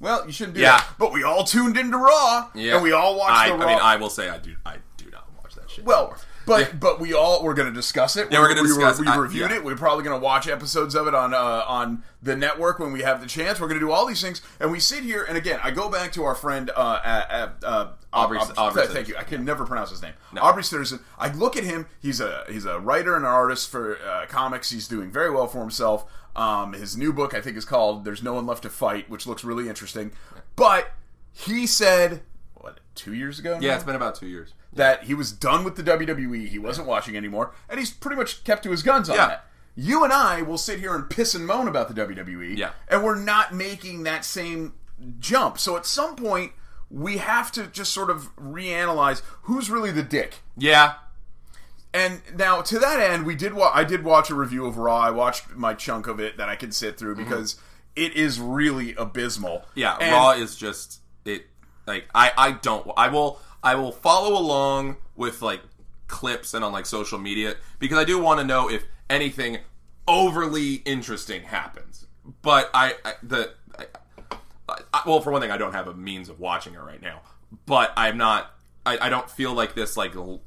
Speaker 1: "Well, you shouldn't do
Speaker 2: Yeah.
Speaker 1: that," but we all tuned into Raw and we all watched
Speaker 2: I,
Speaker 1: the Raw.
Speaker 2: I mean, I will say I do. I do not watch that shit.
Speaker 1: well, but but we all we're going to discuss it.
Speaker 2: Yeah, we're gonna
Speaker 1: we,
Speaker 2: discuss-
Speaker 1: We,
Speaker 2: I-
Speaker 1: reviewed
Speaker 2: yeah.
Speaker 1: it. We're probably going to watch episodes of it on uh, on the network when we have the chance. We're going to do all these things, and we sit here. And again, I go back to our friend uh, uh, uh,
Speaker 2: Aubrey-
Speaker 1: Aub-
Speaker 2: Aubrey
Speaker 1: th- thank
Speaker 2: Sitterson.
Speaker 1: you. I can never pronounce his name. Aubrey Sitterson. I look at him. He's a he's a writer and an artist for uh, comics. He's doing very well for himself. Um, his new book, I think, is called "There's No One Left to Fight," which looks really interesting. But he said, what two years ago?
Speaker 2: yeah,
Speaker 1: now?
Speaker 2: it's been about two years.
Speaker 1: that he was done with the WWE. He wasn't watching anymore, and he's pretty much kept to his guns on
Speaker 2: Yeah.
Speaker 1: that. You and I will sit here and piss and moan about the WWE,
Speaker 2: Yeah.
Speaker 1: and we're not making that same jump. So at some point, we have to just sort of reanalyze who's really the dick.
Speaker 2: Yeah,
Speaker 1: And now to that end, we did. Wa- I did watch a review of Raw. I watched my chunk of it that I could sit through because it is really abysmal.
Speaker 2: Mm-hmm. yeah.
Speaker 1: And-
Speaker 2: Raw is just it. Like I, I don't. I will. I will follow along with like clips and on like social media because I do want to know if anything overly interesting happens. But I, I the. I, I, I- well, for one thing, I don't have a means of watching it right now, but I'm not. I, I don't feel like this. Like, l-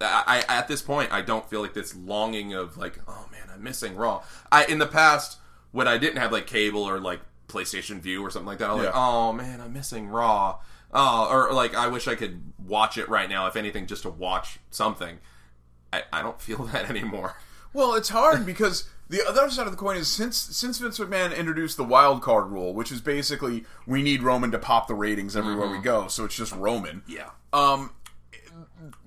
Speaker 2: I, I- at this point, I don't feel like this longing of like, oh man, I'm missing Raw. I in the past when I didn't have like cable or like PlayStation View or something like that, I was like,
Speaker 1: Yeah.
Speaker 2: oh man, I'm missing Raw. Oh, or like I wish I could watch it right now. If anything, just to watch something. I, I don't feel that anymore.
Speaker 1: Well, it's hard because the other side of the coin is since since Vince McMahon introduced the wild card rule, which is basically we need Roman to pop the ratings everywhere we go, so it's just Roman.
Speaker 2: Yeah.
Speaker 1: Um,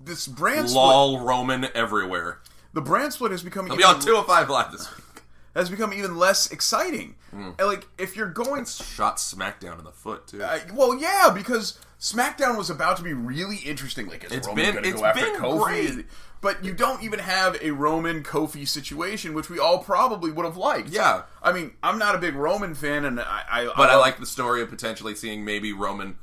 Speaker 1: this brand split,
Speaker 2: Lol, Roman everywhere.
Speaker 1: the brand split has become
Speaker 2: I'll be on two of oh five live this week.
Speaker 1: has become even less exciting. And, like if you're going
Speaker 2: Shot smack down in the foot too.
Speaker 1: I, well, yeah, because SmackDown was about to be really interesting. Like, is
Speaker 2: It's
Speaker 1: Roman
Speaker 2: been-
Speaker 1: going to
Speaker 2: it's
Speaker 1: go after
Speaker 2: been
Speaker 1: Kofi?
Speaker 2: great.
Speaker 1: But you don't even have a Roman Kofi situation, which we all probably would have liked.
Speaker 2: Yeah.
Speaker 1: I mean, I'm not a big Roman fan, and I, I
Speaker 2: but I
Speaker 1: love-
Speaker 2: like the story of potentially seeing maybe Roman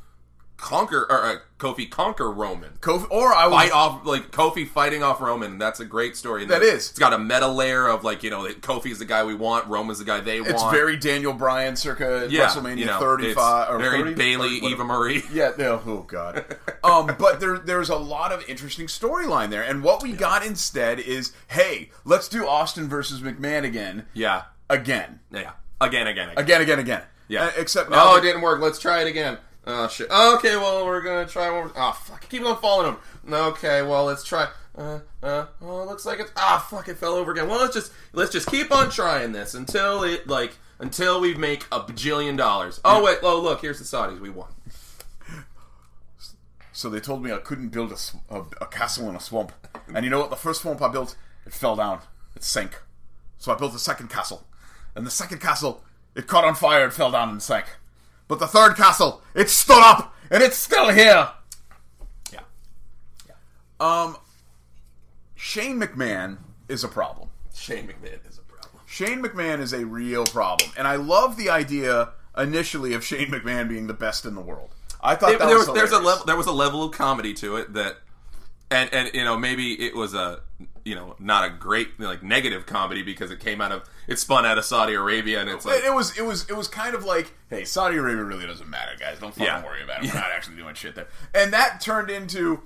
Speaker 2: conquer or uh, Kofi conquer Roman.
Speaker 1: Kofi, or I would
Speaker 2: Fight off like Kofi fighting off Roman. That's a great story. And
Speaker 1: That
Speaker 2: then
Speaker 1: is.
Speaker 2: It's got a meta layer of like you know that Kofi's the guy we want, Roman's the guy they
Speaker 1: It's
Speaker 2: want.
Speaker 1: very Daniel Bryan circa
Speaker 2: yeah,
Speaker 1: WrestleMania
Speaker 2: you know,
Speaker 1: 35
Speaker 2: it's
Speaker 1: or
Speaker 2: very
Speaker 1: 30?
Speaker 2: Bailey,
Speaker 1: Whatever.
Speaker 2: Eva Marie.
Speaker 1: Yeah, no, oh god. Um, but there there's a lot of interesting storyline there, and what we got instead is, hey, let's do Austin versus McMahon again,
Speaker 2: Yeah,
Speaker 1: again,
Speaker 2: yeah. Again, again, again.
Speaker 1: again, again, again.
Speaker 2: Yeah.
Speaker 1: Uh, except now
Speaker 2: Oh,
Speaker 1: that-
Speaker 2: it didn't work. Let's try it again. Oh shit. Okay, well we're gonna try one. more- Oh fuck! I keep on falling over. Okay, well let's try. Uh, uh, oh, it looks like it's ah fuck! It fell over again. Well, let's just let's just keep on trying this until it like until we make a bajillion dollars. Oh wait, oh look, here's the Saudis. We won.
Speaker 1: So they told me I couldn't build a, sw- a, a castle in a swamp. And you know what? The first swamp I built, it fell down. It sank. So I built a second castle. And the second castle, it caught on fire and fell down and sank. But the third castle, it stood up and it's still here.
Speaker 2: Yeah.
Speaker 1: Um, Shane McMahon is a problem.
Speaker 2: Shane McMahon is a problem.
Speaker 1: Shane McMahon is a real problem. And I love the idea initially of Shane McMahon being the best in the world. I thought that
Speaker 2: there
Speaker 1: was,
Speaker 2: was, there's a
Speaker 1: hilarious.
Speaker 2: level there was a level of comedy to it that and and you know maybe it was a you know not a great like negative comedy because it came out of it spun out of Saudi Arabia and it's like
Speaker 1: It, it was it was it was kind of like, hey, Saudi Arabia really doesn't matter, guys. Don't fucking
Speaker 2: Yeah.
Speaker 1: worry about it. We're not actually doing shit there. And that turned into,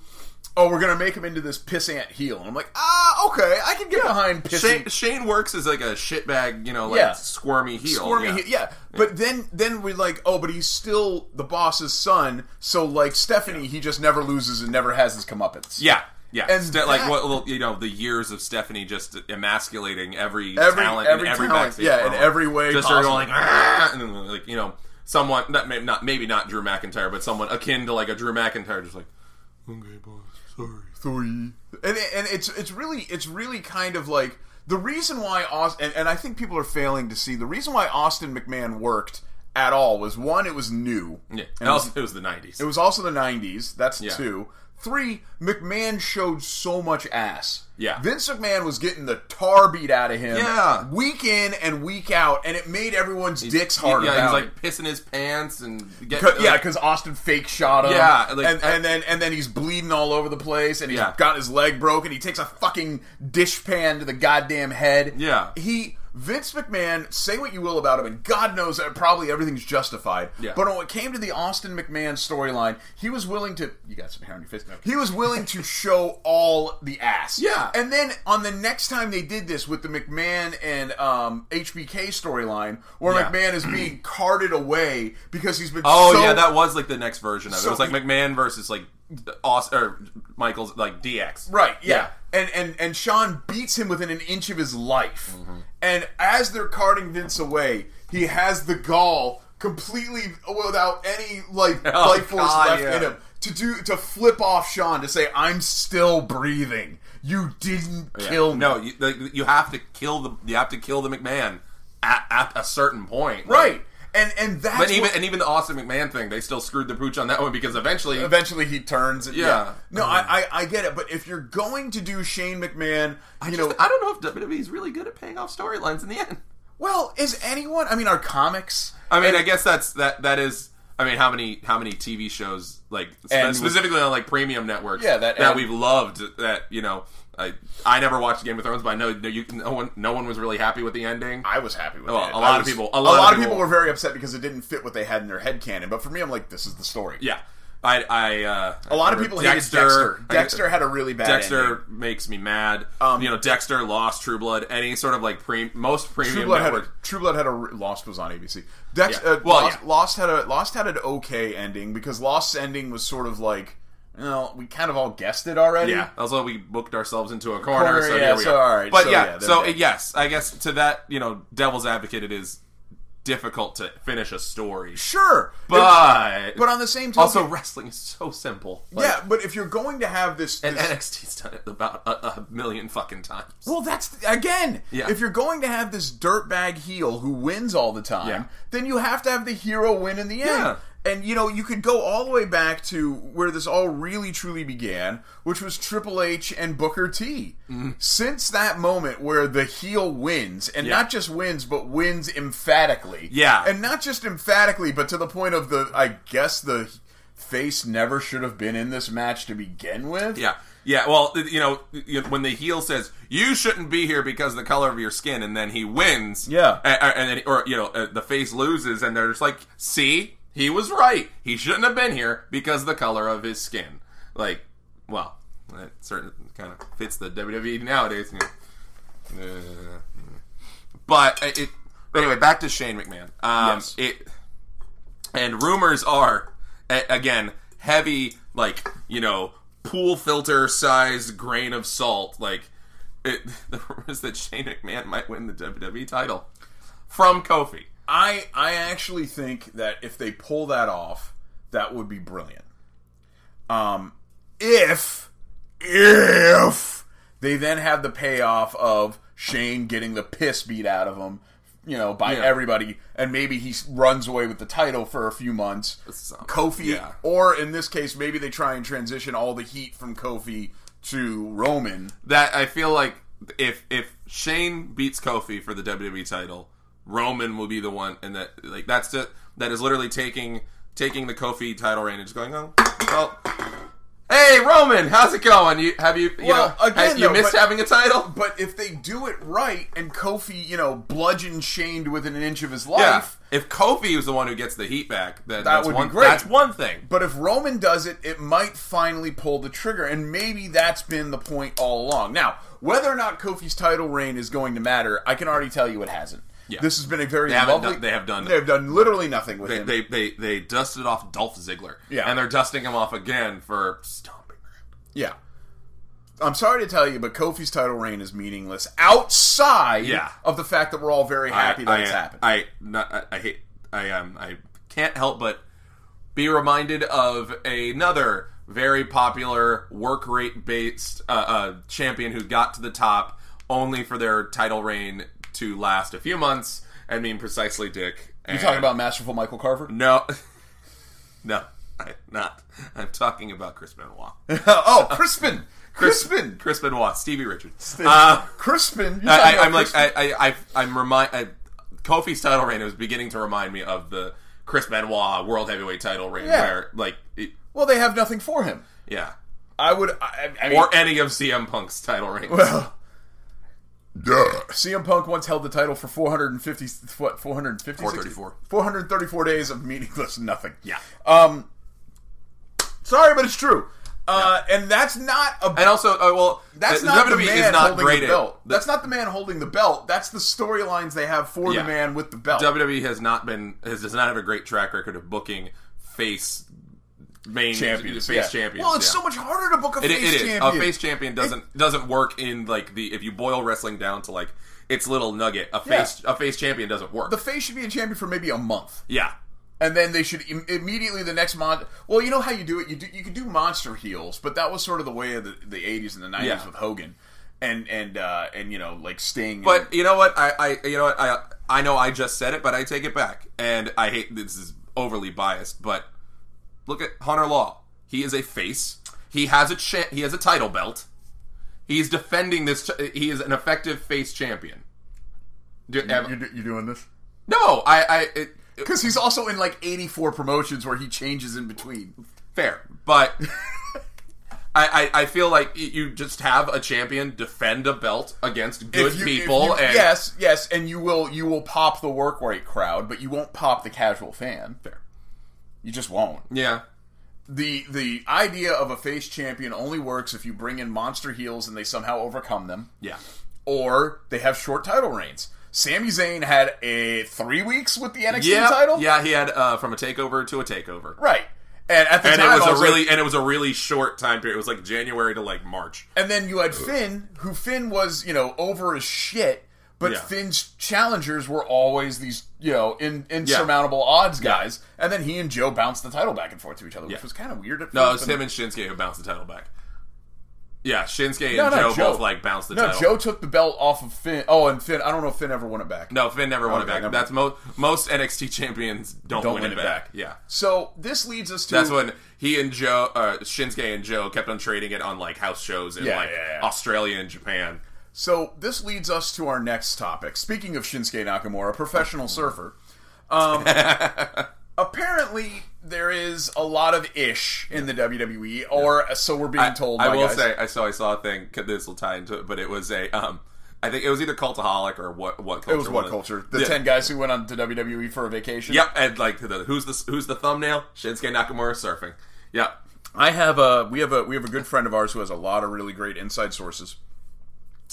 Speaker 1: oh, we're gonna make him into this pissant heel. And I'm like, ah, okay, I can get behind
Speaker 2: Shane,
Speaker 1: pissing.
Speaker 2: Shane works as like a shitbag you know like
Speaker 1: Yeah.
Speaker 2: squirmy heel
Speaker 1: Squirmy,
Speaker 2: yeah.
Speaker 1: heel. yeah. But then, then we like, oh, but he's still the boss's son. So, like Stephanie, he just never loses and never has his comeuppance.
Speaker 2: yeah yeah
Speaker 1: And
Speaker 2: Ste- like
Speaker 1: that-
Speaker 2: what well, you know the years of Stephanie just emasculating every,
Speaker 1: Every-
Speaker 2: talent
Speaker 1: every
Speaker 2: in every
Speaker 1: talent,
Speaker 2: backstage
Speaker 1: yeah, in
Speaker 2: promo.
Speaker 1: every way
Speaker 2: just her
Speaker 1: possible.
Speaker 2: going like, "Ah," and then, like you know someone not maybe not maybe not Drew McIntyre but someone akin to like a Drew McIntyre just like okay boss sorry
Speaker 1: three. And it- and it's it's really it's really kind of like the reason why Austin and, and I think people are failing to see the reason why Austin McMahon worked at all was one it was new.
Speaker 2: Yeah,
Speaker 1: And
Speaker 2: and
Speaker 1: it,
Speaker 2: also,
Speaker 1: was,
Speaker 2: it was the nineties.
Speaker 1: it was also the 90s. That's
Speaker 2: Yeah.
Speaker 1: two. Three, McMahon showed so much ass.
Speaker 2: Yeah.
Speaker 1: Vince McMahon was getting the tar beat out of him
Speaker 2: Yeah.
Speaker 1: week in and week out, and it made everyone's dicks hard
Speaker 2: Yeah,
Speaker 1: about
Speaker 2: he's
Speaker 1: it.
Speaker 2: like pissing his pants and getting.
Speaker 1: Cause, yeah, because Austin fake shot him.
Speaker 2: Yeah, like-
Speaker 1: and, and then and then he's bleeding all over the place, and he's
Speaker 2: Yeah.
Speaker 1: got his leg broken. He takes a fucking dish pan to the goddamn head.
Speaker 2: Yeah.
Speaker 1: he Vince McMahon. Say what you will about him, and God knows that probably everything's justified.
Speaker 2: Yeah.
Speaker 1: But when it came to the Austin McMahon storyline, he was willing to. You got some hair on your face. He was willing to show all the ass.
Speaker 2: Yeah.
Speaker 1: And then on the next time they did this with the McMahon and um, HBK storyline, where
Speaker 2: Yeah.
Speaker 1: McMahon is being carted away because he's been
Speaker 2: oh
Speaker 1: so-
Speaker 2: yeah, that was like the next version of it.
Speaker 1: so-
Speaker 2: It was like McMahon versus like Aus or Michaels like DX.
Speaker 1: right yeah. and and and Sean beats him within an inch of his life
Speaker 2: Mm-hmm.
Speaker 1: and as they're carting Vince away he has the gall completely without any like
Speaker 2: Oh,
Speaker 1: life force
Speaker 2: God,
Speaker 1: left
Speaker 2: yeah.
Speaker 1: in him to do to flip off Sean to say I'm still breathing you didn't
Speaker 2: Yeah.
Speaker 1: kill me
Speaker 2: No, you, like, you have to kill the you have to kill the McMahon at, at a certain point.
Speaker 1: right and and that's
Speaker 2: But even
Speaker 1: what-
Speaker 2: and even the Austin McMahon thing, they still screwed the pooch on that one because eventually.
Speaker 1: eventually he turns and,
Speaker 2: Yeah. Mm-hmm.
Speaker 1: no I, I I get it but if you're going to do Shane McMahon you
Speaker 2: I
Speaker 1: know
Speaker 2: just- I don't know if WWE's really good at paying off storylines in the end.
Speaker 1: well is anyone I mean our comics
Speaker 2: I mean, I guess that's that. That is. I mean, how many how many TV shows like spe-
Speaker 1: And-
Speaker 2: specifically on like premium networks?
Speaker 1: Yeah, that- and-
Speaker 2: we've loved. That you know, I I never watched Game of Thrones, but I know no, you, no one no one was really happy with the ending.
Speaker 1: I was happy with
Speaker 2: Well,
Speaker 1: it.
Speaker 2: Oh, a lot
Speaker 1: I
Speaker 2: of
Speaker 1: was-
Speaker 2: people-
Speaker 1: A lot, of people
Speaker 2: people-
Speaker 1: were very upset because it didn't fit what they had in their head canon. But for me, I'm like, this is the story.
Speaker 2: yeah, I I uh,
Speaker 1: A lot of people hated Dexter.
Speaker 2: I guess-
Speaker 1: Dexter had a really bad
Speaker 2: Dexter
Speaker 1: ending.
Speaker 2: makes me mad.
Speaker 1: Um,
Speaker 2: you know, Dexter lost True Blood. Any sort of like pre- most premium
Speaker 1: True Blood had
Speaker 2: network.
Speaker 1: a, True Blood had a Lost was on ABC. Dex,
Speaker 2: Yeah.
Speaker 1: uh,
Speaker 2: Well,
Speaker 1: Lost,
Speaker 2: yeah.
Speaker 1: Lost had a Lost had an okay ending because Lost's ending was sort of like, you know, we kind of all guessed it already.
Speaker 2: Yeah. Also, we booked ourselves into a corner.
Speaker 1: Corner,
Speaker 2: so
Speaker 1: yeah,
Speaker 2: here we
Speaker 1: so
Speaker 2: are.
Speaker 1: all right,
Speaker 2: But
Speaker 1: so yeah,
Speaker 2: yeah.
Speaker 1: they're
Speaker 2: So
Speaker 1: dead.
Speaker 2: yes, I guess to that, you know, devil's advocate, it is difficult to finish a story.
Speaker 1: Sure,
Speaker 2: But,
Speaker 1: but on the same token,
Speaker 2: also wrestling is so simple. Like,
Speaker 1: yeah, but if you're going to have this,
Speaker 2: And
Speaker 1: this-
Speaker 2: NXT's done it about a, a million fucking times.
Speaker 1: Well, that's the, again.
Speaker 2: Yeah.
Speaker 1: If you're going to have this dirtbag heel who wins all the time,
Speaker 2: Yeah.
Speaker 1: then you have to have the hero win in the end.
Speaker 2: Yeah.
Speaker 1: And you know, you could go all the way back to where this all really truly began, which was Triple H and Booker T.
Speaker 2: Mm-hmm.
Speaker 1: Since that moment where the heel wins, and
Speaker 2: Yeah.
Speaker 1: not just wins, but wins emphatically.
Speaker 2: Yeah.
Speaker 1: And not just emphatically, but to the point of the I guess the face never should have been in this match to begin with.
Speaker 2: Yeah, yeah. Well, you know, you know, when the heel says you shouldn't be here because of the color of your skin, and then he wins.
Speaker 1: Yeah.
Speaker 2: a- a- and then or you know uh, the face loses, and they're just like, "See, he was right. He shouldn't have been here because of the color of his skin." Like, well, that certain kind of fits the WWE nowadays. you know. Uh, but uh, it, but anyway, back to Shane McMahon. Um,
Speaker 1: Yes.
Speaker 2: It and rumors are a- again heavy, like you know, pool filter sized grain of salt. Like it, the rumors that Shane McMahon might win the WWE title from Kofi.
Speaker 1: I I actually think that if they pull that off, that would be brilliant. Um, if if they then have the payoff of Shane getting the piss beat out of him, you know, by
Speaker 2: Yeah.
Speaker 1: everybody, and maybe he s- runs away with the title for a few months.
Speaker 2: Some-
Speaker 1: Kofi,
Speaker 2: yeah.
Speaker 1: or in this case, maybe they try and transition all the heat from Kofi to Roman.
Speaker 2: That I feel like if if Shane beats Kofi for the WWE title, Roman will be the one, and that like that's just that is literally taking taking the Kofi title reign and just going, oh well. Hey Roman, how's it going? You have you you
Speaker 1: Well,
Speaker 2: know
Speaker 1: again,
Speaker 2: have you
Speaker 1: though,
Speaker 2: missed
Speaker 1: but-
Speaker 2: having a title?
Speaker 1: But if they do it right, and Kofi, you know, bludgeon Shane within an inch of his life.
Speaker 2: Yeah. If Kofi was the one who gets the heat back, then that's
Speaker 1: would be
Speaker 2: one,
Speaker 1: great.
Speaker 2: That's one thing.
Speaker 1: But if Roman does it, it might finally pull the trigger, and maybe that's been the point all along. Now, whether or not Kofi's title reign is going to matter, I can already tell you it hasn't.
Speaker 2: Yeah.
Speaker 1: This has been a very
Speaker 2: haven't
Speaker 1: lovely.
Speaker 2: done- they have done-
Speaker 1: They've done literally nothing with
Speaker 2: They,
Speaker 1: him.
Speaker 2: they they they dusted off Dolph Ziggler.
Speaker 1: Yeah.
Speaker 2: And they're dusting him off again for stomping.
Speaker 1: yeah. I'm sorry to tell you, but Kofi's title reign is meaningless outside
Speaker 2: Yeah.
Speaker 1: of the fact that we're all very happy that
Speaker 2: I,
Speaker 1: it's
Speaker 2: I,
Speaker 1: happened.
Speaker 2: I, not, I, I hate. I um. I can't help but be reminded of another very popular work rate based uh, uh, champion who got to the top only for their title reign to last a few months. I mean, precisely, Dick.
Speaker 1: you talking about masterful Michael Carver?
Speaker 2: no, no, I'm not. I'm talking about Chris Benoit.
Speaker 1: oh, Crispin,
Speaker 2: Chris-
Speaker 1: Crispin,
Speaker 2: Chris Benoit, Stevie Richards. Uh,
Speaker 1: Crispin. Crispin. You're
Speaker 2: I,
Speaker 1: talking
Speaker 2: I,
Speaker 1: about
Speaker 2: I'm like
Speaker 1: Crispin.
Speaker 2: I, I, I I'm remind I, Kofi's title reign was beginning to remind me of the Chris Benoit World Heavyweight title reign,
Speaker 1: Yeah.
Speaker 2: where like it,
Speaker 1: well, they have nothing for him.
Speaker 2: yeah,
Speaker 1: I would. I, I mean,
Speaker 2: or any of CM Punk's title reigns.
Speaker 1: Well, CM Punk once held the title for 450, what, 450,
Speaker 2: 434.
Speaker 1: 434 days of meaningless nothing.
Speaker 2: Yeah.
Speaker 1: Um, sorry, but it's true. Uh, and that's not a.
Speaker 2: and also, uh, well,
Speaker 1: that's
Speaker 2: the
Speaker 1: not the
Speaker 2: WWE
Speaker 1: man
Speaker 2: is not
Speaker 1: holding
Speaker 2: great
Speaker 1: the
Speaker 2: at
Speaker 1: belt.
Speaker 2: the-
Speaker 1: that's not the man holding the belt. That's the storylines they have for
Speaker 2: Yeah. E
Speaker 1: the man with the belt.
Speaker 2: WWE has not been has does not have a great track record of booking face main face
Speaker 1: yeah.
Speaker 2: champions.
Speaker 1: Well, it's
Speaker 2: yeah.
Speaker 1: so much harder to book a
Speaker 2: It,
Speaker 1: face
Speaker 2: it is.
Speaker 1: champion.
Speaker 2: A face champion doesn't doesn't work in like the if you boil wrestling down to like its little nugget. A
Speaker 1: Yeah.
Speaker 2: face a face champion doesn't work.
Speaker 1: the face should be a champion for maybe a month.
Speaker 2: yeah,
Speaker 1: and then they should Im- immediately the next month. Well, you know how you do it. You do, you could do monster heels, but that was sort of the way of the, the '80s and the '90s
Speaker 2: Yeah.
Speaker 1: with Hogan, and and uh, and you know like Sting.
Speaker 2: but you know what? I, I you know what? I I know I just said it, but I take it back. And I hate this is overly biased, but look at Hunter Law. He is a face. He has a cha- he has a title belt. He's defending this. Ch- he is an effective face champion. Do,
Speaker 1: and,
Speaker 2: am-
Speaker 1: you you doing this
Speaker 2: no, I I it, it-
Speaker 1: because he's also in like 84 promotions where he changes in between.
Speaker 2: fair, but. I, I, I feel like y- you just have a champion defend a belt against good
Speaker 1: If you- if
Speaker 2: people
Speaker 1: you-
Speaker 2: and
Speaker 1: yes, yes, and you will you will pop the work rate crowd, but you won't pop the casual fan.
Speaker 2: Fair.
Speaker 1: You just won't.
Speaker 2: yeah
Speaker 1: the The idea of a face champion only works if you bring in monster heels and they somehow overcome them.
Speaker 2: yeah
Speaker 1: or they have short title reigns. Sami Zayn had a three weeks with the NXT
Speaker 2: yeah
Speaker 1: title,
Speaker 2: yeah he had uh, from a takeover to a takeover
Speaker 1: right? And at the
Speaker 2: and it
Speaker 1: time,
Speaker 2: was
Speaker 1: I
Speaker 2: a
Speaker 1: like-
Speaker 2: really and it was a really short time period. It was like January to like March.
Speaker 1: and then you had Finn, who Finn was you know over as shit, But
Speaker 2: Yeah.
Speaker 1: Finn's challengers were always these, you know, in, insurmountable odds guys. And then he and Joe bounced the title back and forth to each other, which
Speaker 2: Yeah.
Speaker 1: was kind of weird at
Speaker 2: No, it
Speaker 1: first,
Speaker 2: was
Speaker 1: and-
Speaker 2: him and Shinsuke who bounced the title back. Yeah, Shinsuke
Speaker 1: No,
Speaker 2: and
Speaker 1: no,
Speaker 2: Joe,
Speaker 1: Joe.
Speaker 2: both like bounced the
Speaker 1: No,
Speaker 2: title.
Speaker 1: Joe took the belt off of Finn. Oh, and Finn, I don't know if Finn ever won it back.
Speaker 2: No, Finn never won
Speaker 1: Okay,
Speaker 2: it back.
Speaker 1: never
Speaker 2: That's most most NXT champions don't, win, it back. Yeah.
Speaker 1: So this leads us to
Speaker 2: That's when he and Joe, uh, Shinsuke and Joe, kept on trading it on like house shows in
Speaker 1: Yeah,
Speaker 2: like
Speaker 1: yeah, yeah.
Speaker 2: Australia and Japan.
Speaker 1: So this leads us to our next topic. Speaking of Shinsuke Nakamura, professional surfer, um, apparently there is a lot of ish in the WWE, or uh, so we're being told.
Speaker 2: I
Speaker 1: by
Speaker 2: will
Speaker 1: guys.
Speaker 2: say, I saw I saw a thing. This will tie into it, but it was a um, I think it was either cultaholic or what what culture
Speaker 1: it was what
Speaker 2: it?
Speaker 1: culture? The
Speaker 2: Yeah.
Speaker 1: ten guys who went on to WWE for a vacation.
Speaker 2: Yep, and like the who's the who's the thumbnail? Shinsuke Nakamura surfing. Yep.
Speaker 1: I have a we have a we have a good friend of ours who has a lot of really great inside sources,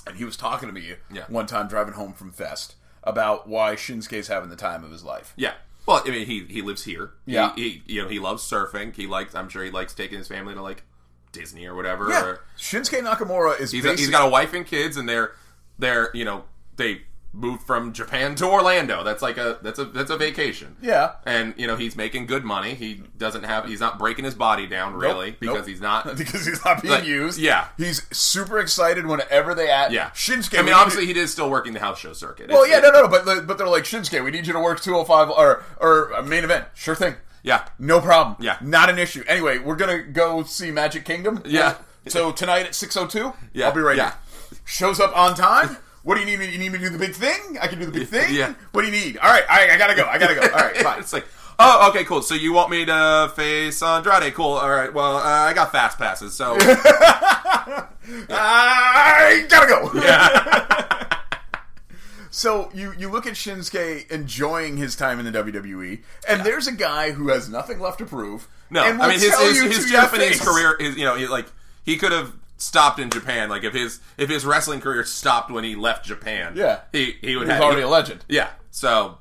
Speaker 1: and he was talking to me
Speaker 2: Yeah.
Speaker 1: one time driving home from Fest about why Shinsuke's having the time of his life.
Speaker 2: Yeah. Well, I mean, he he lives here. He-
Speaker 1: Yeah.
Speaker 2: He, you know, he loves surfing. He likes. I'm sure he likes taking his family to like Disney or whatever.
Speaker 1: Yeah,
Speaker 2: Or
Speaker 1: Shinsuke Nakamura is
Speaker 2: he's
Speaker 1: basic-
Speaker 2: he's got a wife and kids, and they're they're you know they moved from Japan to Orlando. That's like a that's a that's a vacation.
Speaker 1: yeah.
Speaker 2: And you know he's making good money. He doesn't have. He's not breaking his body down really
Speaker 1: Nope,
Speaker 2: because
Speaker 1: nope.
Speaker 2: he's not.
Speaker 1: because he's not being
Speaker 2: Like,
Speaker 1: used.
Speaker 2: yeah.
Speaker 1: he's super excited whenever they at.
Speaker 2: Yeah.
Speaker 1: Shinsuke.
Speaker 2: I
Speaker 1: we
Speaker 2: mean,
Speaker 1: need
Speaker 2: obviously
Speaker 1: you-
Speaker 2: he is still working the house show circuit.
Speaker 1: well,
Speaker 2: It's-
Speaker 1: yeah,
Speaker 2: it-
Speaker 1: no, no, no, but but they're like Shinsuke. We need you to work two hundred five or or a main event. Sure thing.
Speaker 2: yeah.
Speaker 1: No problem.
Speaker 2: Yeah.
Speaker 1: not an issue. Anyway, we're gonna go see Magic Kingdom.
Speaker 2: Yeah.
Speaker 1: So tonight at six oh two.
Speaker 2: Yeah,
Speaker 1: I'll be right
Speaker 2: yeah.
Speaker 1: here. Shows up on time. What do you need me? You need me to do the big thing? I can do the big thing.
Speaker 2: Yeah.
Speaker 1: What do you need? All right, all right. I gotta go. I gotta go. All right, bye.
Speaker 2: it's like, oh, okay, cool. So you want me to face Andrade? Cool. All right. Well, uh, I got fast passes, so
Speaker 1: I gotta go. Yeah. so you you look at Shinsuke enjoying his time in the WWE, and there's a guy who has nothing left to prove.
Speaker 2: no.
Speaker 1: and
Speaker 2: I
Speaker 1: will
Speaker 2: mean, his
Speaker 1: tell
Speaker 2: his,
Speaker 1: you
Speaker 2: his
Speaker 1: to your
Speaker 2: Japanese
Speaker 1: face.
Speaker 2: career is you know he, like he could have stopped in Japan. Like if his if his wrestling career stopped when he left Japan,
Speaker 1: Yeah.
Speaker 2: he he would
Speaker 1: He's
Speaker 2: have
Speaker 1: already a legend.
Speaker 2: yeah. So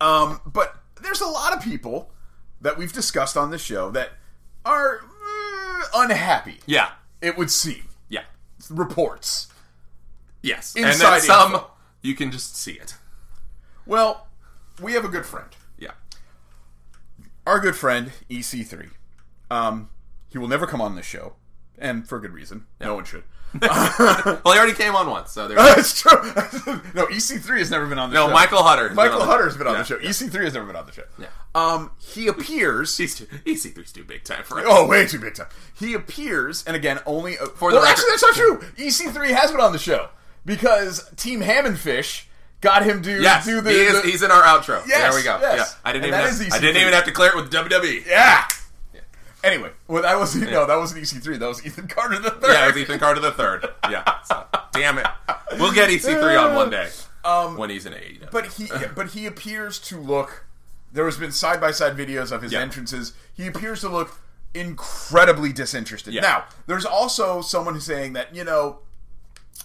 Speaker 1: Um, but there's a lot of people that we've discussed on this show that are mm, unhappy.
Speaker 2: yeah,
Speaker 1: It would seem
Speaker 2: yeah,
Speaker 1: reports.
Speaker 2: yes. and
Speaker 1: Inside
Speaker 2: then some,
Speaker 1: info.
Speaker 2: you can just see it.
Speaker 1: Well, we have a good friend.
Speaker 2: Yeah.
Speaker 1: our good friend EC3. Um, he will never come on this show, and for good reason. No one should.
Speaker 2: Well, he already came on once, so there.
Speaker 1: That's true. no, EC3 has never been on the
Speaker 2: No,
Speaker 1: show.
Speaker 2: Michael Hutter. has been on
Speaker 1: Michael
Speaker 2: the-
Speaker 1: Hutter's been on
Speaker 2: Yeah.
Speaker 1: the show. EC3 has never been on the show.
Speaker 2: Yeah. E
Speaker 1: Um, he appears.
Speaker 2: He's too, EC3's too big time for us.
Speaker 1: Oh, way too big time. He appears, and again, only for
Speaker 2: the
Speaker 1: well,
Speaker 2: record-
Speaker 1: actually, that's not true. EC3 has been on the show because Team Hammondfish got him to
Speaker 2: Yes,
Speaker 1: do the.
Speaker 2: he is, E
Speaker 1: the-
Speaker 2: he's in our outro.
Speaker 1: Yes,
Speaker 2: there we go.
Speaker 1: yes.
Speaker 2: Yeah, I didn't
Speaker 1: And
Speaker 2: even.
Speaker 1: that
Speaker 2: Have,
Speaker 1: is
Speaker 2: I didn't
Speaker 1: EC3.
Speaker 2: even have to clear it with E. WWE. Yeah,
Speaker 1: yeah. Anyway, well, that was not no, that wasn't EC3. That was Ethan Carter the third.
Speaker 2: yeah it was Ethan Carter the third. Yeah, so, damn it. We'll get EC3 on one day um, when he's in AEW.
Speaker 1: But he but he appears to look. There has been side by side videos of his
Speaker 2: Yeah.
Speaker 1: entrances. He appears to look incredibly disinterested.
Speaker 2: Yeah.
Speaker 1: Now, there's also someone who's saying that you know.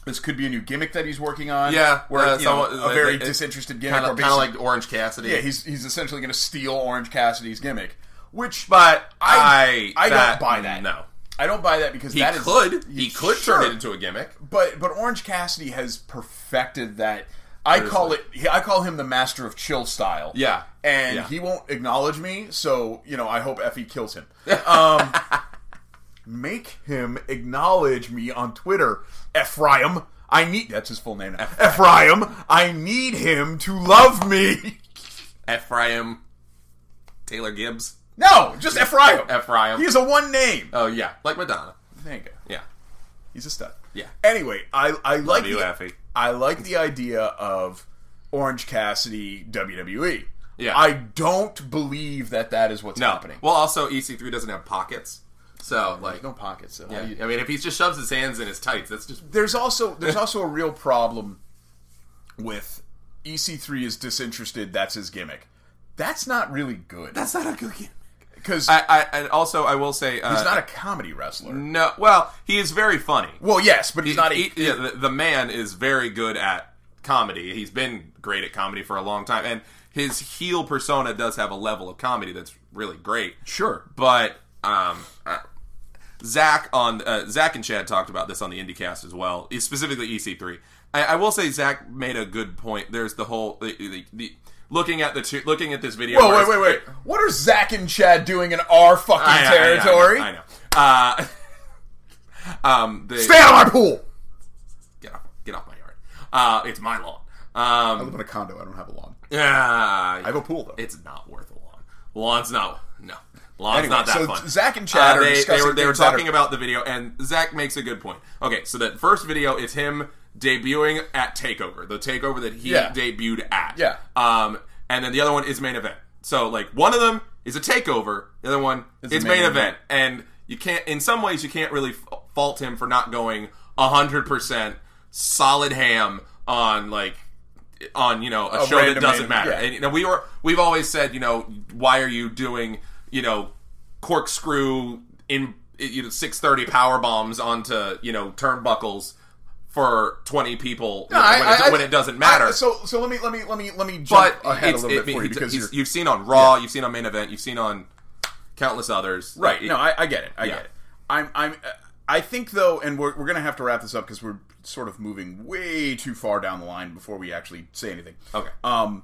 Speaker 1: This could be a new gimmick that he's working on.
Speaker 2: Yeah,
Speaker 1: where
Speaker 2: uh,
Speaker 1: you know,
Speaker 2: someone-
Speaker 1: a very
Speaker 2: it- it-
Speaker 1: disinterested gimmick.
Speaker 2: kind
Speaker 1: where
Speaker 2: of
Speaker 1: basically-
Speaker 2: like Orange Cassidy.
Speaker 1: yeah, he's he's essentially going to steal Orange Cassidy's gimmick, which
Speaker 2: but
Speaker 1: I-
Speaker 2: I
Speaker 1: I don't
Speaker 2: that-
Speaker 1: buy that.
Speaker 2: No,
Speaker 1: I don't buy that because
Speaker 2: he
Speaker 1: that is
Speaker 2: could. He could
Speaker 1: Sure.
Speaker 2: turn it into a gimmick.
Speaker 1: But but Orange Cassidy has perfected that. I call it. I call him the master of chill style.
Speaker 2: Yeah.
Speaker 1: and
Speaker 2: Yeah.
Speaker 1: he won't acknowledge me. So you know, I hope Effie kills him. Um, make him acknowledge me on Twitter, Ephraim. I need. That's his full name. now. Ephraim. I need him to love me.
Speaker 2: Ephraim, Taylor Gibbs,
Speaker 1: No, just Ephraim.
Speaker 2: Ephraim.
Speaker 1: He's a one name.
Speaker 2: oh yeah, like Madonna.
Speaker 1: There you go.
Speaker 2: Yeah,
Speaker 1: He's a stud.
Speaker 2: Yeah.
Speaker 1: Anyway, I I like
Speaker 2: you,
Speaker 1: the,
Speaker 2: Effie.
Speaker 1: I like the idea of Orange Cassidy WWE.
Speaker 2: Yeah.
Speaker 1: I don't believe that that is what's
Speaker 2: no.
Speaker 1: happening.
Speaker 2: Well, also EC3 doesn't have pockets, so like.
Speaker 1: There's no pockets. So how do you-
Speaker 2: I mean, if he just shoves his hands in his tights, that's just
Speaker 1: there's also there's also a real problem with EC3 is disinterested. That's his gimmick. That's not really good
Speaker 2: That's not a good gimmick.
Speaker 1: because he's
Speaker 2: I, I and also I will say uh,
Speaker 1: not a comedy wrestler.
Speaker 2: no. Well, he is very funny.
Speaker 1: Well, yes, but he's not a
Speaker 2: He- yeah, the, the man is very good at comedy. He's been great at comedy for a long time, and his heel persona does have a level of comedy that's really great.
Speaker 1: sure.
Speaker 2: But um, uh, Zach on uh, Zach and Chad talked about this on the IndieCast as well, is e, specifically EC3. I, I will say Zach made a good point. There's the whole the, the, the looking at the two, looking at this video.
Speaker 1: Whoa,
Speaker 2: where
Speaker 1: wait,
Speaker 2: it's-
Speaker 1: wait, wait. What are Zach and Chad doing in our fucking
Speaker 2: I- I- I- I know,
Speaker 1: territory?
Speaker 2: I know. Uh, um, the,
Speaker 1: Stay out of my pool!
Speaker 2: get off, get off my yard. Uh, it's my lawn.
Speaker 1: I live
Speaker 2: Um,
Speaker 1: in a condo. I don't have a lawn.
Speaker 2: yeah,
Speaker 1: I have a pool, though.
Speaker 2: it's not worth a lawn. Lawn's not no. Lawn's
Speaker 1: Anyway,
Speaker 2: not that
Speaker 1: so
Speaker 2: fun.
Speaker 1: Zach and Chad
Speaker 2: Uh,
Speaker 1: are
Speaker 2: they,
Speaker 1: discussing
Speaker 2: they were, they were
Speaker 1: things that
Speaker 2: talking
Speaker 1: are-
Speaker 2: about the video, and Zach makes a good point. Okay, so that first video is him debuting at Takeover, the Takeover that he
Speaker 1: Yeah.
Speaker 2: debuted at.
Speaker 1: Yeah.
Speaker 2: Um, and then the other one is main event. So like one of them is a Takeover, the other one
Speaker 1: a
Speaker 2: is
Speaker 1: main
Speaker 2: main, event. and you can't. In some ways, you can't really f- fault him for not going hundred percent solid ham on like on you know a, show that
Speaker 1: random
Speaker 2: doesn't
Speaker 1: main-
Speaker 2: matter.
Speaker 1: yeah.
Speaker 2: And you know we were we've always said you know why are you doing you know corkscrew in you know six thirty power bombs onto you know turnbuckles for twenty people you know,
Speaker 1: I-
Speaker 2: when, it,
Speaker 1: I-
Speaker 2: when it doesn't matter.
Speaker 1: I- so, so let me, let me, let me, let me jump
Speaker 2: but
Speaker 1: ahead a
Speaker 2: it's-
Speaker 1: little
Speaker 2: it-
Speaker 1: bit for you
Speaker 2: it's-
Speaker 1: because
Speaker 2: it's-
Speaker 1: you're,
Speaker 2: you've seen on Raw, you've seen on main event, you've seen on countless others.
Speaker 1: right.
Speaker 2: It-
Speaker 1: no, I, I get it. I
Speaker 2: Yeah.
Speaker 1: get it. I'm, I'm, uh, I think though, and we're, we're gonna have to wrap this up because we're sort of moving way too far down the line before we actually say anything.
Speaker 2: okay.
Speaker 1: Um,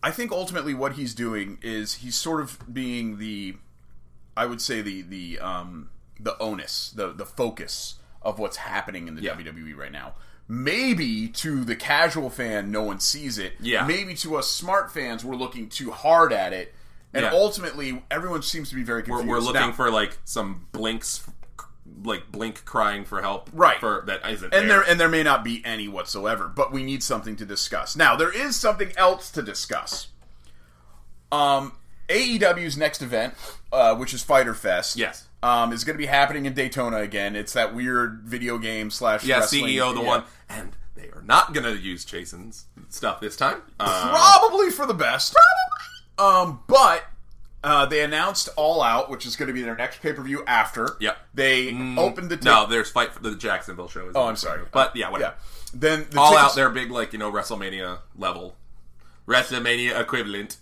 Speaker 1: I think ultimately what he's doing is he's sort of being the, I would say the the um, the onus, the the focus of what's happening in the WWE right now. Maybe to the casual fan, no one sees it.
Speaker 2: Yeah.
Speaker 1: Maybe to us smart fans, we're looking too hard at it, and
Speaker 2: Yeah.
Speaker 1: ultimately everyone seems to be very
Speaker 2: we're,
Speaker 1: confused.
Speaker 2: we're looking
Speaker 1: Now-
Speaker 2: for like some blinks, like blink crying for help.
Speaker 1: Right.
Speaker 2: For that isn't
Speaker 1: and there and there may not be any whatsoever, but we need something to discuss. Now there is something else to discuss. Um, AEW's next event, uh, which is Fighter Fest,
Speaker 2: Yes.
Speaker 1: um, is going to be happening in Daytona again. It's that weird video game slash
Speaker 2: Yeah,
Speaker 1: wrestling-
Speaker 2: CEO, the
Speaker 1: yeah.
Speaker 2: one, and they are not going to use Jason's stuff this time. Uh,
Speaker 1: probably for the best. Um, but uh, they announced All Out, which is going to be their next pay per view after.
Speaker 2: Yep.
Speaker 1: They opened the
Speaker 2: Mm. no, there's fight for the Jacksonville show. is-
Speaker 1: Oh, I'm sorry,
Speaker 2: but yeah, whatever.
Speaker 1: Yeah. Then the
Speaker 2: All
Speaker 1: tickets-
Speaker 2: out their big like you know WrestleMania level, WrestleMania equivalent.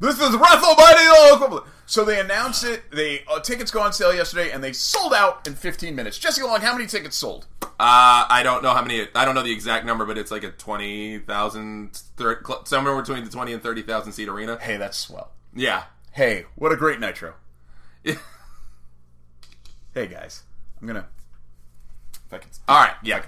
Speaker 1: This is WrestleMania equivalent. So they announced it. They uh, tickets go on sale yesterday, and they sold out in 15 minutes. Jesse Long, how many tickets sold?
Speaker 2: Uh, I don't know how many. I don't know the exact number, but it's like a twenty thousand, somewhere between the twenty and thirty thousand seat arena.
Speaker 1: Hey, that's swell.
Speaker 2: Yeah,
Speaker 1: Hey, what a great nitro.
Speaker 2: Yeah.
Speaker 1: hey guys, I'm gonna. If I can.
Speaker 2: All right, yeah.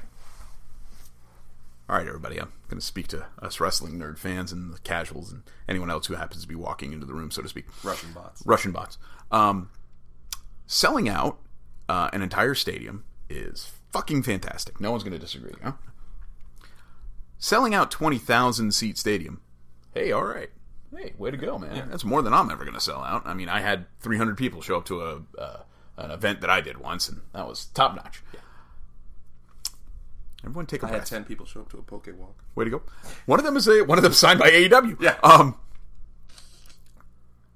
Speaker 1: All right, everybody, I'm gonna speak to us wrestling nerd fans and the casuals and anyone else who happens to be walking into the room, so to speak.
Speaker 2: Russian bots.
Speaker 1: Russian bots. Um, selling out uh, an entire stadium is fucking fantastic. No one's going to disagree. Huh? Selling out 20,000 seat stadium. Hey, all right. Hey, way to go, man. That's more than I'm ever going to sell out. I mean, I had 300 people show up to a uh, an event that I did once, and that was top notch. Everyone take a
Speaker 2: I
Speaker 1: breath.
Speaker 2: had ten people show up to a poke walk.
Speaker 1: Way to go. One of them is a one of them signed by AEW.
Speaker 2: Yeah.
Speaker 1: Um.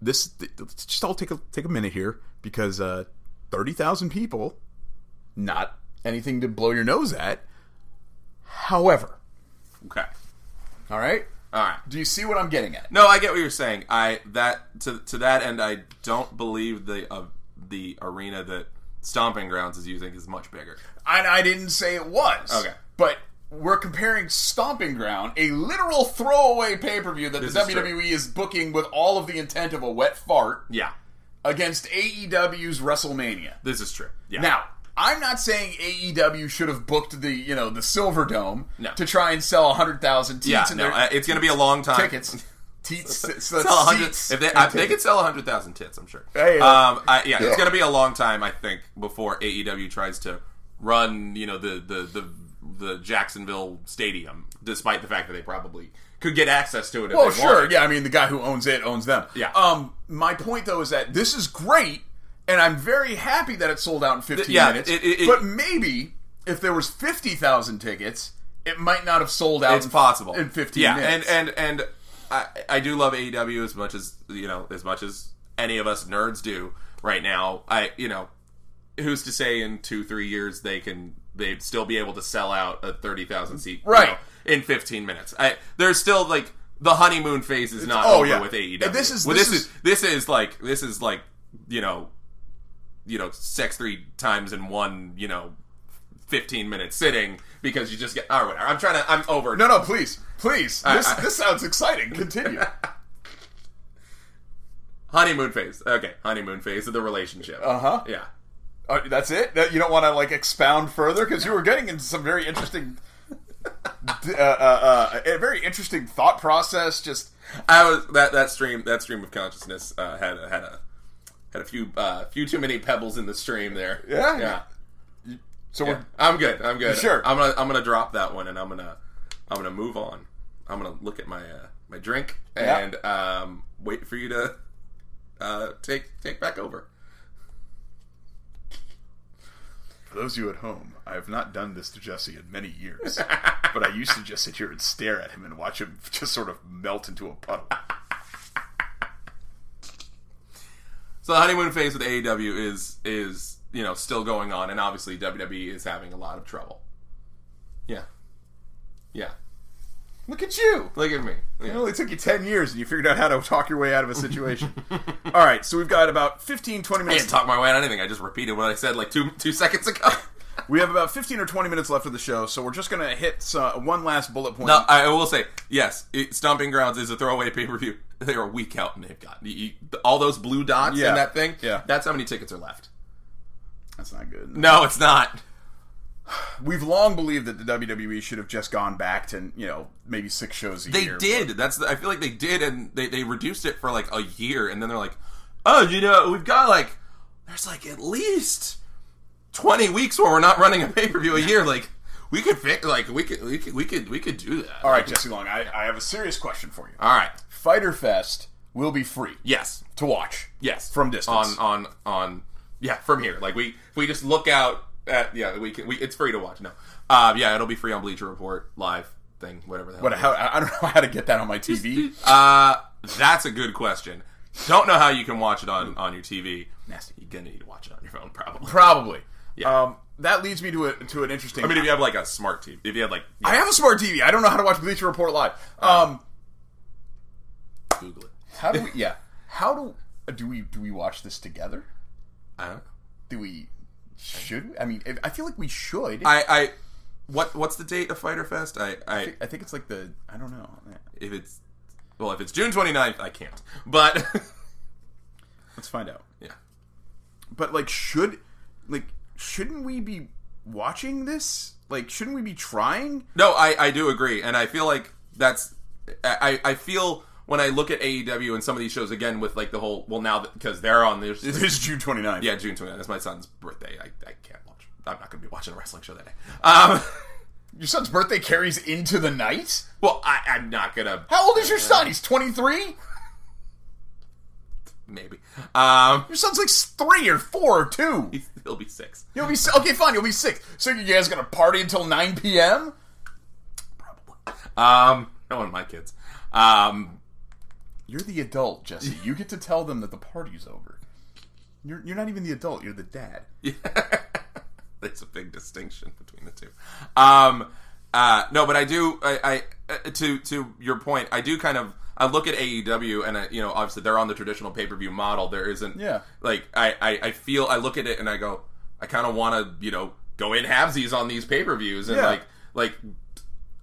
Speaker 1: This th- let's just all take a take a minute here because uh, thirty thousand people, not anything to blow your nose at. However,
Speaker 2: Okay,
Speaker 1: all right.
Speaker 2: all right.
Speaker 1: Do you see what I'm getting at?
Speaker 2: No, I get what you're saying. I that to to that end, I don't believe the uh, the arena that Stomping Grounds is using is much bigger.
Speaker 1: And I didn't say it was.
Speaker 2: Okay.
Speaker 1: But we're comparing Stomping Ground, a literal throwaway pay per view that the
Speaker 2: is true.
Speaker 1: WWE is booking with all of the intent of a wet fart,
Speaker 2: Yeah,
Speaker 1: against AEW's WrestleMania.
Speaker 2: this is true. Yeah.
Speaker 1: Now, I'm not saying AEW should have booked the you know the Silver Dome
Speaker 2: No.
Speaker 1: to try and sell hundred thousand teats
Speaker 2: yeah,
Speaker 1: and
Speaker 2: no,
Speaker 1: their
Speaker 2: uh, it's going to be a long time.
Speaker 1: tickets. Teats, so that's
Speaker 2: Sell a hundred.
Speaker 1: seats
Speaker 2: If they,
Speaker 1: and
Speaker 2: I, they could
Speaker 1: tickets.
Speaker 2: sell hundred thousand tits, I'm sure.
Speaker 1: Hey, uh,
Speaker 2: um, I, yeah,
Speaker 1: yeah.
Speaker 2: it's going to be a long time, I think, before AEW tries to run, you know, the the the, the Jacksonville stadium, despite the fact that they probably could get access to it. If
Speaker 1: Well,
Speaker 2: they
Speaker 1: Oh, sure,
Speaker 2: wanted.
Speaker 1: yeah. I mean, the guy who owns it owns them.
Speaker 2: Yeah.
Speaker 1: Um, my point though is that this is great, and I'm very happy that it sold out in 15
Speaker 2: yeah,
Speaker 1: minutes.
Speaker 2: it- it- it-
Speaker 1: but maybe if there was 50,000 tickets, it might not have sold out.
Speaker 2: it's
Speaker 1: in-
Speaker 2: possible
Speaker 1: in 15
Speaker 2: yeah,
Speaker 1: minutes.
Speaker 2: and and and I, I do love AEW as much as you know as much as any of us nerds do right now. I you know who's to say in two three years they can they'd still be able to sell out a thirty thousand seat you
Speaker 1: Right.
Speaker 2: know, in fifteen minutes. I there's still like the honeymoon phase is not
Speaker 1: oh,
Speaker 2: over
Speaker 1: yeah.
Speaker 2: with AEW.
Speaker 1: And this is-
Speaker 2: Well,
Speaker 1: this
Speaker 2: this is this is like this is like you know you know sex three times in one you know 15 minute sitting because you just get or whatever. I'm trying to. I'm over.
Speaker 1: No, no, please, please.
Speaker 2: I-
Speaker 1: This
Speaker 2: I-
Speaker 1: this sounds exciting. Continue.
Speaker 2: honeymoon phase. Okay, honeymoon phase of the relationship.
Speaker 1: Uh huh.
Speaker 2: Yeah.
Speaker 1: Uh, that's it. That- you don't want to like expound further because you were getting into some very interesting, d- uh, uh, uh, a very interesting thought process. Just
Speaker 2: I was that that stream that stream of consciousness uh, had a, had a had a few uh, few too many pebbles in the stream there.
Speaker 1: Yeah.
Speaker 2: yeah.
Speaker 1: so
Speaker 2: Yeah.
Speaker 1: we're
Speaker 2: I'm good. I'm good.
Speaker 1: sure?
Speaker 2: I'm gonna I'm gonna drop that one and I'm gonna I'm gonna move on. I'm gonna look at my uh, my drink
Speaker 1: Yeah.
Speaker 2: and um, wait for you to uh, take take back over.
Speaker 1: for those of you at home. I have not done this to Jesse in many years, but I used to just sit here and stare at him and watch him just sort of melt into a puddle.
Speaker 2: So the honeymoon phase with AEW is is you know still going on, and obviously WWE is having a lot of trouble. Yeah, yeah.
Speaker 1: Look at you.
Speaker 2: Look at me. Yeah.
Speaker 1: It only took you 10 years and you figured out how to talk your way out of a situation. All right, so we've got about 15, 20
Speaker 2: I
Speaker 1: minutes.
Speaker 2: didn't talk my way out of anything. I just repeated what I said like two two seconds ago.
Speaker 1: We have about 15 or 20 minutes left of the show, so we're just going to hit uh, one last bullet point.
Speaker 2: no, I will say yes. It, Stomping Grounds is a throwaway pay per view. They're a week out, and they've got you, you- all those blue dots
Speaker 1: Yeah.
Speaker 2: in that thing.
Speaker 1: Yeah.
Speaker 2: that's how many tickets are left.
Speaker 1: That's not good.
Speaker 2: No, it's not.
Speaker 1: We've long believed that the WWE should have just gone back to, you know, maybe six shows a
Speaker 2: They
Speaker 1: year. but-
Speaker 2: did. That's the, I feel like they did, and they they reduced it for like a year, and then they're like, oh, you know, we've got like there's like at least twenty weeks where we're not running a pay per view a year. Like we could fix like we could we could we could we could do that.
Speaker 1: All right, Jesse Long, I, I have a serious question for you.
Speaker 2: all right.
Speaker 1: Fighter Fest will be free
Speaker 2: Yes.
Speaker 1: to watch.
Speaker 2: Yes,
Speaker 1: From distance.
Speaker 2: On on on yeah, from here. Like we if we just look out at yeah, we can we it's free to watch. No. Uh yeah, it'll be free on Bleacher Report live thing, whatever the hell.
Speaker 1: But how, I I don't know how to get that on my TV.
Speaker 2: uh that's a good question. Don't know how you can watch it on on your TV.
Speaker 1: Nasty.
Speaker 2: You're gonna need to watch it on your phone probably.
Speaker 1: Probably.
Speaker 2: Yeah.
Speaker 1: Um, that leads me to, a, to an interesting.
Speaker 2: I mean if you have like a smart TV if you had like
Speaker 1: I have a smart TV. I don't know how to watch Bleacher Report live.
Speaker 2: Uh,
Speaker 1: Um,
Speaker 2: Google it.
Speaker 1: how do we? Yeah. How do do we do we watch this together?
Speaker 2: I don't know.
Speaker 1: Do we? Should we? I mean, I feel like we should.
Speaker 2: I, I what what's the date of Fighter Fest? I, I
Speaker 1: I think it's like the I don't know.
Speaker 2: if it's well if it's June 29th, I can't. But
Speaker 1: Let's find out.
Speaker 2: yeah.
Speaker 1: But like, should like shouldn't we be watching this? Like, shouldn't we be trying?
Speaker 2: No, I, I do agree, and I feel like that's I, I feel when I look at AEW and some of these shows again with like the whole well now because they're on this
Speaker 1: is June 29th.
Speaker 2: yeah June 29th that's my son's birthday I, I can't watch I'm not going to be watching a wrestling show that day um
Speaker 1: Your son's birthday carries into the night.
Speaker 2: well I, I'm not gonna
Speaker 1: How old is your son? He's 23.
Speaker 2: maybe um
Speaker 1: Your son's like three or four or two.
Speaker 2: he'll be six
Speaker 1: You'll be s- okay. Fine. You'll be six. So you guys gonna party until 9 p.m.
Speaker 2: um no one of my kids um
Speaker 1: You're the adult, Jesse. You get to tell them that the party's over. You're, you're not even the adult. You're the dad.
Speaker 2: there's a big distinction between the two. Um, uh, no, but I do. I, I uh, to to your point, I do kind of. I look at AEW, and I, you know, obviously they're on the traditional pay per view model. There isn't,
Speaker 1: Yeah.
Speaker 2: Like I, I, I feel. I look at it and I go, I kind of want to, you know, go in halvesies on these pay per views, and
Speaker 1: Yeah.
Speaker 2: like, like.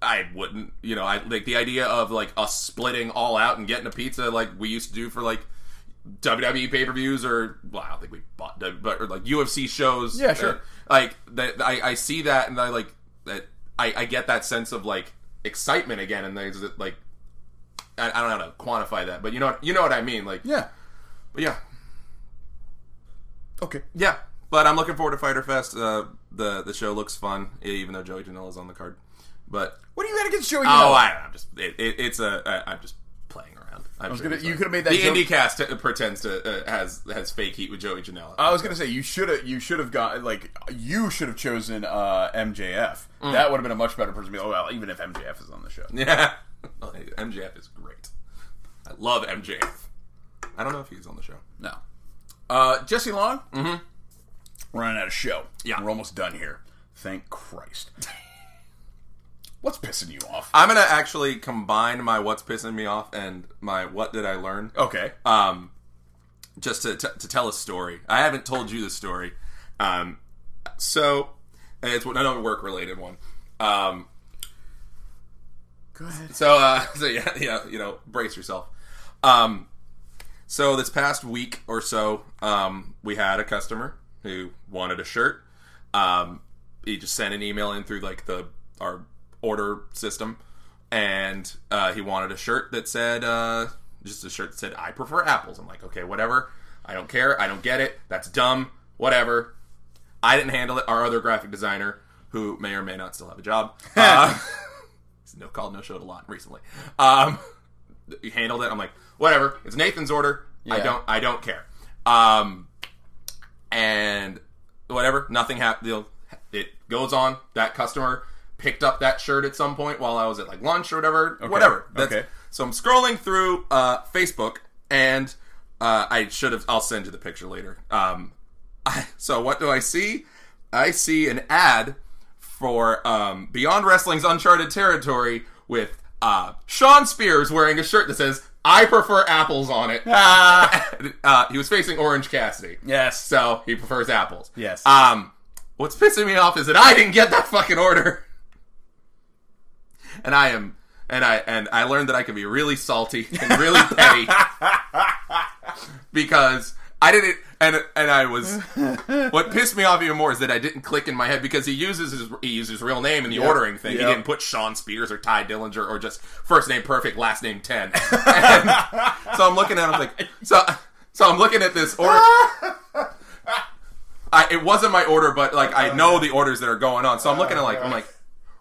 Speaker 2: I wouldn't, you know, I like the idea of like us splitting all out and getting a pizza like we used to do for like WWE pay per views E or well, I don't think we bought, but or like UFC shows.
Speaker 1: Yeah, sure.
Speaker 2: Uh, like that, I, I see that, and I like that. I, I get that sense of like excitement again, and there's like I, I don't know how to quantify that, but you know, you know what I mean. Like,
Speaker 1: Yeah.
Speaker 2: but yeah,
Speaker 1: Okay.
Speaker 2: yeah. But I'm looking forward to Fighter Fest. Uh, the the show looks fun, even though Joey Janela's on the card. But
Speaker 1: What do you got against Joey?
Speaker 2: Oh,
Speaker 1: Janela?
Speaker 2: I don't know. I'm just it, it, it's a I, I'm just playing around. I'm sure
Speaker 1: gonna-
Speaker 2: he's
Speaker 1: you
Speaker 2: like-
Speaker 1: could've made that
Speaker 2: The
Speaker 1: joke-
Speaker 2: indie cast uh, pretends to uh, has has fake heat with Joey Janela.
Speaker 1: I was gonna say you should have you should have got like you should have chosen uh, MJF. That would have been a much better person. to be like, Oh well, even if MJF is on the show,
Speaker 2: yeah, Well, hey, MJF is great. I love MJF. I don't know if he's on the show.
Speaker 1: no. Uh, Jesse Long, mm-hmm. running out of show. Mm-hmm. Yeah, we're almost done here. Thank Christ. What's pissing you off?
Speaker 2: I'm gonna actually combine my what's pissing me off and my what did I learn.
Speaker 1: Okay.
Speaker 2: um, just to, to, to tell a story. I haven't told you the story. Um, so and it's another work related one. Um,
Speaker 1: Go ahead.
Speaker 2: so, uh, so yeah, yeah, you know, brace yourself. Um, so this past week or so, um, we had a customer who wanted a shirt. Um, he just sent an email in through like the our order system, and uh, he wanted a shirt that said uh, just a shirt that said "I prefer apples." I'm like, okay, whatever. I don't care. I don't get it. That's dumb. Whatever. I didn't handle it. Our other graphic designer, who may or may not still have a job, uh, he's no call, no showed a lot recently. Um, he handled it. I'm like, whatever. It's Nathan's order. I
Speaker 1: Yeah.
Speaker 2: don't. I don't care. Um, and whatever. Nothing happened. It goes on. That customer picked up that shirt at some point while I was at like lunch or whatever. Whatever. That's,
Speaker 1: Okay.
Speaker 2: So I'm scrolling through uh, Facebook, and uh, I should have. I'll send you the picture later. Um, I, so what do I see? I see an ad for um, Beyond Wrestling's Uncharted Territory with uh, Sean Spears wearing a shirt that says "I prefer apples" on it. uh, he was facing Orange Cassidy.
Speaker 1: Yes.
Speaker 2: So he prefers apples.
Speaker 1: Yes.
Speaker 2: Um, what's pissing me off is that I didn't get that fucking order, and I am, and I and I learned that I can be really salty and really petty because I didn't, and and I was. What pissed me off even more is that I didn't click in my head because he uses his he used his real name in the ordering thing. He
Speaker 1: Yep.
Speaker 2: didn't put Sean Spears or Ty Dillinger or just first name perfect, last name ten. And so I'm looking at him like so so I'm looking at this order. I, it wasn't my order, but like I know the orders that are going on, so I'm looking at like I'm like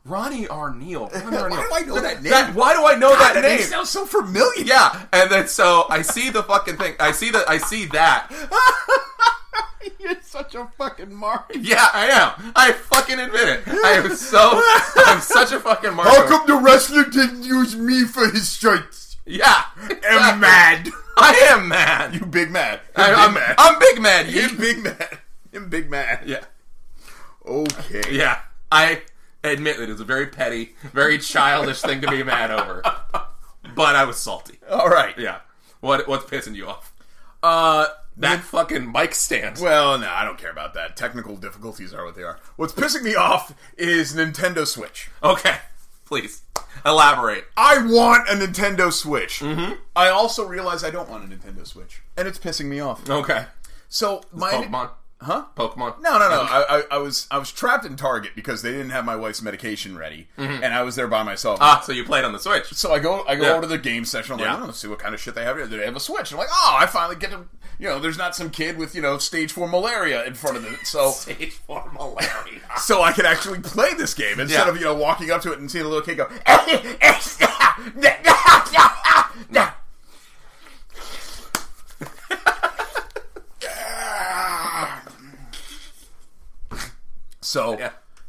Speaker 2: Ronnie Arneal. Ronnie Arneal.
Speaker 1: do I know that name?
Speaker 2: why do I know that
Speaker 1: That name
Speaker 2: name?
Speaker 1: sounds so familiar.
Speaker 2: Yeah, and then so I see the fucking thing. I see that. I see that.
Speaker 1: You're such a fucking mark.
Speaker 2: Yeah, I am. I fucking admit it. I am so. I'm such a fucking mark.
Speaker 1: the wrestler didn't use me for his shirts?
Speaker 2: Yeah,
Speaker 1: I'm mad.
Speaker 2: I am mad.
Speaker 1: You big mad. You're
Speaker 2: I,
Speaker 1: big
Speaker 2: I'm
Speaker 1: mad.
Speaker 2: I'm big mad. You.
Speaker 1: You're big mad. I'm big mad.
Speaker 2: Yeah,
Speaker 1: Okay.
Speaker 2: yeah. I admit that it was a very petty, very childish thing to be mad over, but I was salty.
Speaker 1: All right.
Speaker 2: Yeah. What What's pissing you off? Uh, that fucking mic stand.
Speaker 1: Well, no, I don't care about that. Technical difficulties are what they are. What's pissing me off is Nintendo Switch.
Speaker 2: Okay, please elaborate.
Speaker 1: I want a Nintendo Switch. Mm-hmm. I also realize I don't want a Nintendo Switch, and it's pissing me off.
Speaker 2: Okay.
Speaker 1: So my
Speaker 2: Pokemon.
Speaker 1: huh?
Speaker 2: Pokemon.
Speaker 1: No, no, no. I, I, I was I was trapped in Target because they didn't have my wife's medication ready, and I was there by myself.
Speaker 2: Ah, so you played on the Switch.
Speaker 1: so I go I
Speaker 2: Mm-hmm.
Speaker 1: go
Speaker 2: Yeah.
Speaker 1: over to the game section. I'm like,
Speaker 2: Yeah.
Speaker 1: I don't know, see what kind of shit they have here. They have a Switch. I'm like, oh, I finally get to. You know, there's not some kid with you know stage four malaria in front of it. So
Speaker 2: Stage four malaria.
Speaker 1: so I could actually play this game instead
Speaker 2: Yeah.
Speaker 1: of you know walking up to it and seeing a little kid go. so
Speaker 2: Yeah.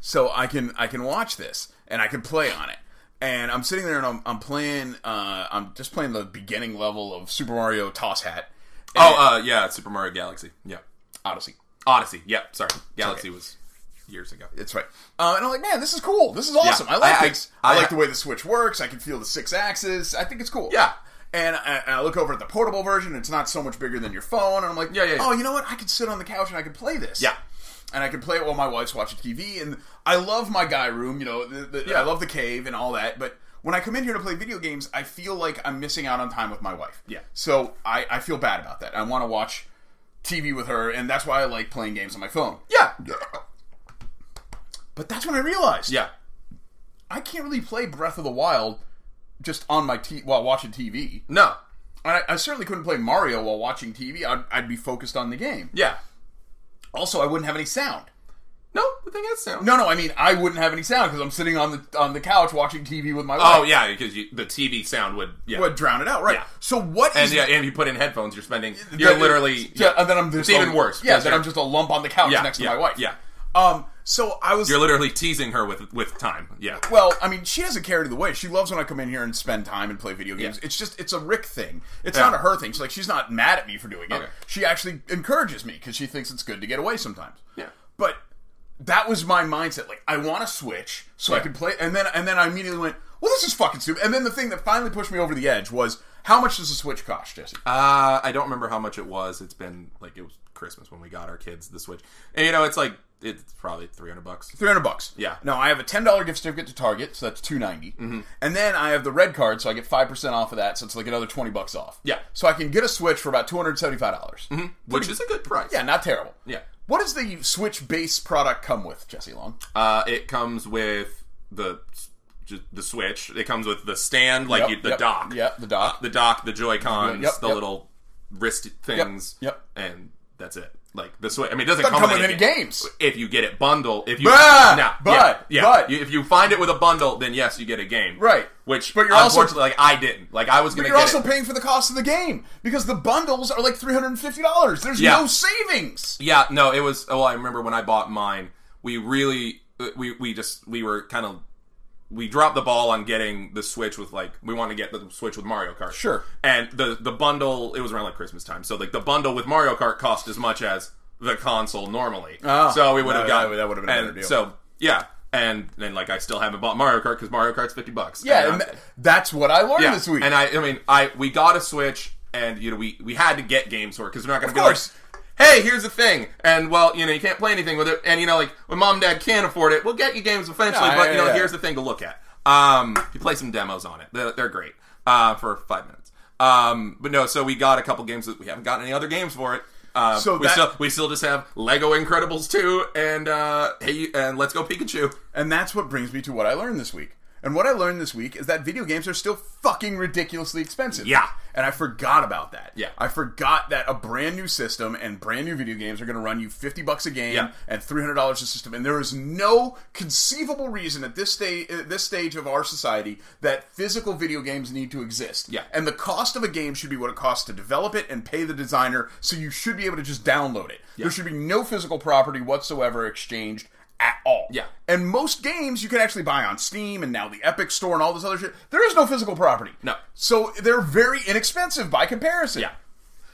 Speaker 1: so I can I can watch this and I can play on it. And I'm sitting there and I'm, I'm playing. Uh, I'm just playing the beginning level of Super Mario Toss Hat. And
Speaker 2: Oh, uh, yeah, Super Mario Galaxy. Yeah.
Speaker 1: Odyssey.
Speaker 2: Odyssey. Yeah, sorry. Galaxy was years ago.
Speaker 1: That's right. Uh, and I'm like, man, this is cool. This is awesome. I like
Speaker 2: I- I-
Speaker 1: this. I,
Speaker 2: I-
Speaker 1: like the way the Switch works. I can feel the six axis. I think it's cool.
Speaker 2: Yeah.
Speaker 1: And I, and I look over at the portable version. It's not so much bigger than your phone. And I'm like,
Speaker 2: Yeah, yeah, yeah.
Speaker 1: oh, you know what? I could sit on the couch and I could play this.
Speaker 2: Yeah.
Speaker 1: And I could play it while my wife's watching TV. And I love my guy room. You know, the, the,
Speaker 2: Yeah.
Speaker 1: I love the cave and all that. But when I come in here to play video games, I feel like I'm missing out on time with my wife.
Speaker 2: Yeah.
Speaker 1: So I, I feel bad about that. I want to watch TV with her. And that's why I like playing games on my phone.
Speaker 2: Yeah.
Speaker 1: But that's when I realized.
Speaker 2: Yeah.
Speaker 1: I can't really play Breath of the Wild just on my t- while watching TV.
Speaker 2: No.
Speaker 1: I, I certainly couldn't play Mario while watching TV. I'd, I'd be focused on the game.
Speaker 2: Yeah.
Speaker 1: Also, I wouldn't have any sound.
Speaker 2: No, the thing is sound.
Speaker 1: No, no, I mean I wouldn't have any sound because I'm sitting on the on the couch watching TV with my
Speaker 2: Oh,
Speaker 1: wife.
Speaker 2: yeah, because you, the TV sound would. Yeah.
Speaker 1: would drown it out, right?
Speaker 2: Yeah.
Speaker 1: So what
Speaker 2: And
Speaker 1: is
Speaker 2: yeah, and if you put in headphones, you're spending. You're
Speaker 1: that-
Speaker 2: literally.
Speaker 1: yeah, and then I'm just
Speaker 2: It's even
Speaker 1: a-
Speaker 2: worse,
Speaker 1: Yeah,
Speaker 2: because
Speaker 1: then
Speaker 2: you're-
Speaker 1: I'm just a lump on the couch
Speaker 2: Yeah,
Speaker 1: next to
Speaker 2: yeah,
Speaker 1: my wife.
Speaker 2: yeah.
Speaker 1: Um. So I was
Speaker 2: You're literally teasing her with with time. Yeah.
Speaker 1: Well, I mean, she doesn't care either way. She loves when I come in here and spend time and play video games. It's just it's a Rick thing. It's
Speaker 2: Yeah.
Speaker 1: not a her thing. So like she's not mad at me for doing it.
Speaker 2: Okay.
Speaker 1: She actually encourages me because she thinks it's good to get away sometimes.
Speaker 2: Yeah.
Speaker 1: But that was my mindset. Like I want to switch so I
Speaker 2: Yeah.
Speaker 1: can play, and then and then I immediately went, well, this is fucking stupid. And then the thing that finally pushed me over the edge was How much does the Switch cost, Jesse?
Speaker 2: Uh, I don't remember how much it was. It's been like it was Christmas when we got our kids the Switch. And, you know, it's like it's probably three hundred bucks.
Speaker 1: Three hundred bucks.
Speaker 2: Yeah. Mm-hmm.
Speaker 1: No, I have a ten dollar gift certificate to Target, so that's two and then I have the red card, so I get five percent off of that, so it's like another twenty bucks off.
Speaker 2: Yeah.
Speaker 1: So I can get a Switch for about two hundred seventy five dollars.
Speaker 2: which is a good price.
Speaker 1: Yeah, not terrible.
Speaker 2: yeah.
Speaker 1: What does the Switch base product come with, Jesse Long?
Speaker 2: Uh, it comes with the just the Switch. It comes with the stand, like
Speaker 1: Yep,
Speaker 2: you, the
Speaker 1: yep,
Speaker 2: dock.
Speaker 1: Yep, the dock.
Speaker 2: the dock, the Joy Cons,
Speaker 1: Yep,
Speaker 2: the
Speaker 1: yep.
Speaker 2: little wrist things.
Speaker 1: yep.
Speaker 2: And that's it. Like the Switch. I mean, it doesn't,
Speaker 1: Doesn't
Speaker 2: come,
Speaker 1: come with any
Speaker 2: ga-
Speaker 1: games.
Speaker 2: If you get it bundled, if you
Speaker 1: But-
Speaker 2: no,
Speaker 1: but-
Speaker 2: yeah, yeah.
Speaker 1: but-
Speaker 2: You- if you find it with a bundle, then yes, you get a game.
Speaker 1: Right.
Speaker 2: Which, but
Speaker 1: But you're
Speaker 2: you're
Speaker 1: also-
Speaker 2: unfortunately, like I didn't. Like I was gonna.
Speaker 1: You're
Speaker 2: get
Speaker 1: also
Speaker 2: it.
Speaker 1: paying for the cost of the game because the bundles are like three hundred and fifty dollars. There's
Speaker 2: Yeah.
Speaker 1: no savings.
Speaker 2: Yeah, no, it was. Well, I remember when I bought mine. We really, uh, we we just we were kind of we dropped the ball on getting the Switch with like we want to get the Switch with Mario Kart.
Speaker 1: Sure.
Speaker 2: And the the bundle it was around like Christmas time, so like the bundle with Mario Kart cost as much as the console normally.
Speaker 1: Ah.
Speaker 2: so we would
Speaker 1: That-
Speaker 2: have gotten
Speaker 1: that would have been a
Speaker 2: and
Speaker 1: better deal.
Speaker 2: So yeah, and then like I still haven't bought Mario Kart because Mario Kart's fifty bucks.
Speaker 1: Yeah,
Speaker 2: And
Speaker 1: and
Speaker 2: I'm-
Speaker 1: th- that's what I learned
Speaker 2: yeah.
Speaker 1: this week.
Speaker 2: And I, I mean, I we got a Switch, and you know, we we had to get games for it because we're not going to
Speaker 1: Of
Speaker 2: be
Speaker 1: course.
Speaker 2: like, hey, here's the thing, and well, you know, you can't play anything with it, and you know, like when mom and dad can't afford it, we'll get you games eventually,
Speaker 1: Yeah,
Speaker 2: but you
Speaker 1: yeah,
Speaker 2: know,
Speaker 1: yeah.
Speaker 2: here's the thing to look at. Um, you play some demos on it; they're, they're great uh, for five minutes. Um, but no, so we got a couple games that we haven't gotten any other games for it. Um,
Speaker 1: So
Speaker 2: we
Speaker 1: that-
Speaker 2: still we still just have Lego Incredibles two and uh, hey and Let's Go Pikachu.
Speaker 1: And that's what brings me to what I learned this week. And what I learned this week is that video games are still fucking ridiculously expensive.
Speaker 2: Yeah.
Speaker 1: And I forgot about that.
Speaker 2: Yeah.
Speaker 1: I forgot that a brand new system and brand new video games are going to run you 50 bucks a game
Speaker 2: Yeah.
Speaker 1: and $300 a system and there is no conceivable reason at this stage at this stage of our society that physical video games need to exist.
Speaker 2: Yeah.
Speaker 1: And the cost of a game should be what it costs to develop it and pay the designer, so you should be able to just download it. There should be no physical property whatsoever exchanged at all.
Speaker 2: Yeah.
Speaker 1: And most games you can actually buy on Steam and now the Epic Store and all this other shit. There is no physical property.
Speaker 2: No.
Speaker 1: So they're very inexpensive by comparison.
Speaker 2: Yeah.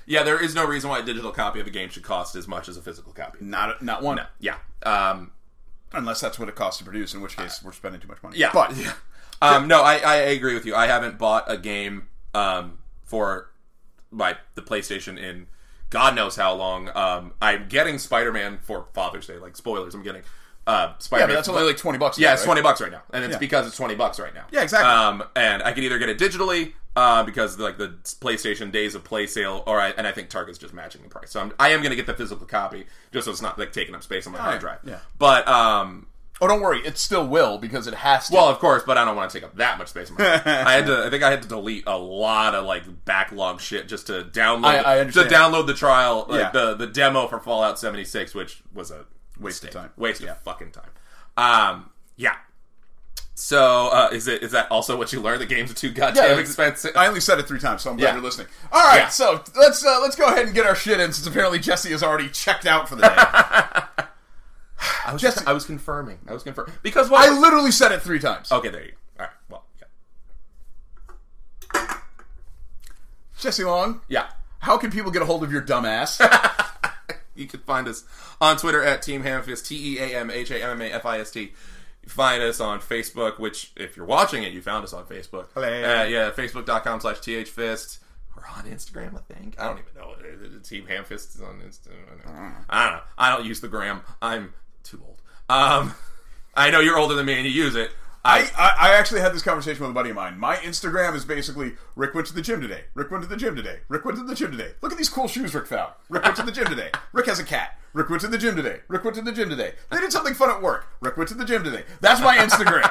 Speaker 2: Yeah, there is no reason why a digital copy of a game should cost as much as a physical copy.
Speaker 1: Not not one.
Speaker 2: Yeah. Um,
Speaker 1: Unless that's what it costs to produce, in which case we're spending too much money.
Speaker 2: Uh, yeah.
Speaker 1: But
Speaker 2: Yeah. Um, no, I, I agree with you. I haven't bought a game um, for my the PlayStation in God knows how long. Um, I'm getting Spider Man for Father's Day. Like spoilers, I'm getting uh, Spider
Speaker 1: yeah,
Speaker 2: Man.
Speaker 1: but that's only like twenty bucks.
Speaker 2: Yeah,
Speaker 1: now,
Speaker 2: it's
Speaker 1: right?
Speaker 2: twenty bucks right now, and it's
Speaker 1: Yeah.
Speaker 2: because it's twenty bucks right now.
Speaker 1: Yeah, exactly.
Speaker 2: Um, and I can either get it digitally uh, because like the PlayStation Days of Play sale, or I, and I think Target's just matching the price. So I'm, I am going to get the physical copy just so it's not like taking up space on my hard drive.
Speaker 1: Oh, yeah.
Speaker 2: But um,
Speaker 1: Oh, don't worry, it still will because it has to.
Speaker 2: well, of course, but I don't want to take up that much space. On my hard drive. I had to. I think I had to delete a lot of like backlog shit just to download.
Speaker 1: I- I
Speaker 2: to
Speaker 1: understand.
Speaker 2: download the trial, like,
Speaker 1: Yeah.
Speaker 2: the the demo for Fallout seventy six, which was a
Speaker 1: Waste of
Speaker 2: mistake.
Speaker 1: time.
Speaker 2: Waste of fucking time. Um, yeah. So uh, is it is that also what you learned? The games are too
Speaker 1: Yeah,
Speaker 2: goddamn
Speaker 1: it's-
Speaker 2: expensive.
Speaker 1: I only said it three times, so I'm glad
Speaker 2: Yeah.
Speaker 1: you're listening. All right,
Speaker 2: Yeah.
Speaker 1: so let's uh, let's go ahead and get our shit in, since apparently Jesse has already checked out for the day.
Speaker 2: I was
Speaker 1: Jesse-
Speaker 2: I was confirming. I was confirming because what
Speaker 1: I literally said it three times.
Speaker 2: okay, there you go. All right. Well, yeah.
Speaker 1: Jesse Long,
Speaker 2: yeah.
Speaker 1: how can people get a hold of your dumb ass?
Speaker 2: You can find us on Twitter at Team Hamfist, T E A M H A M M A F I S T. You Find us on Facebook, which, if you're watching it, you found us on Facebook.
Speaker 1: Hello.
Speaker 2: Uh, yeah, facebook.com slash THFist. We're on Instagram, I think. I don't even know. Uh, Team Hamfist is on Instagram. I don't know. I don't know. I don't use the gram. I'm too old. Um, I know you're older than me and you use it. I,
Speaker 1: I, I, I actually had this conversation with a buddy of mine. My Instagram is basically Rick went to the gym today. Rick went to the gym today. Rick went to the gym today. Look at these cool shoes Rick found. Rick went to the gym today. Rick has a cat. Rick went to the gym today. Rick went to the gym today. They did something fun at work. Rick went to the gym today. That's my Instagram.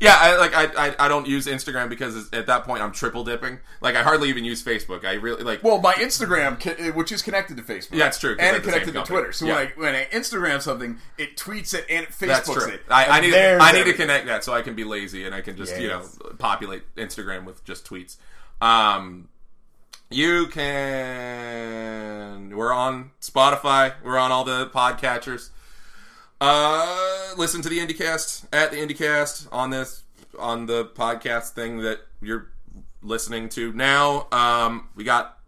Speaker 2: yeah, I, like I, I, I don't use Instagram because it's- at that point I'm triple dipping. Like I hardly even use Facebook. I really like.
Speaker 1: well, my Instagram, co- which is connected to Facebook,
Speaker 2: Yeah, it's true, 'cause
Speaker 1: and
Speaker 2: they're
Speaker 1: it
Speaker 2: the same
Speaker 1: connected to
Speaker 2: company.
Speaker 1: Twitter. So
Speaker 2: Yeah.
Speaker 1: when I when I Instagram something, it tweets it and it Facebooks
Speaker 2: That's true.
Speaker 1: it.
Speaker 2: I, I
Speaker 1: And
Speaker 2: need
Speaker 1: there's
Speaker 2: I need to
Speaker 1: everything.
Speaker 2: connect that so I can be lazy and I can just you know
Speaker 1: Yes.
Speaker 2: populate Instagram with just tweets. Um, you can. We're on Spotify. We're on all the podcatchers. Uh, listen to the IndieCast at the IndieCast on this on the podcast thing that you're listening to now. Um, we got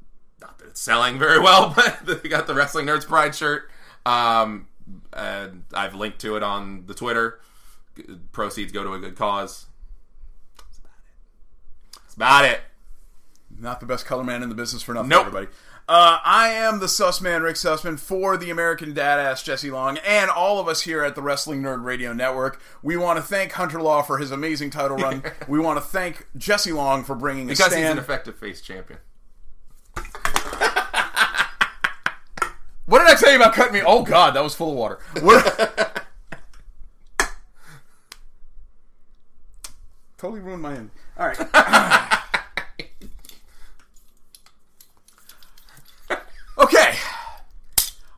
Speaker 2: not that it's selling very well, but we got the Wrestling Nerds Pride shirt. Um, and I've linked to it on the Twitter. Proceeds go to a good cause. That's about it.
Speaker 1: Not the best color man in the business for nothing,
Speaker 3: Nope.
Speaker 1: everybody. Uh, I am the Sussman, Rick Sussman, for the American Dadass Jesse Long, and all of us here at the Wrestling Nerd Radio Network. We want to thank Hunter Law for his amazing title run. we want to thank Jesse Long for bringing
Speaker 2: Because
Speaker 1: a
Speaker 2: he's an
Speaker 1: stand.
Speaker 2: effective face champion.
Speaker 1: what did I tell you about cutting me? Oh God, that was full of water. What- totally ruined my end. All right. Okay.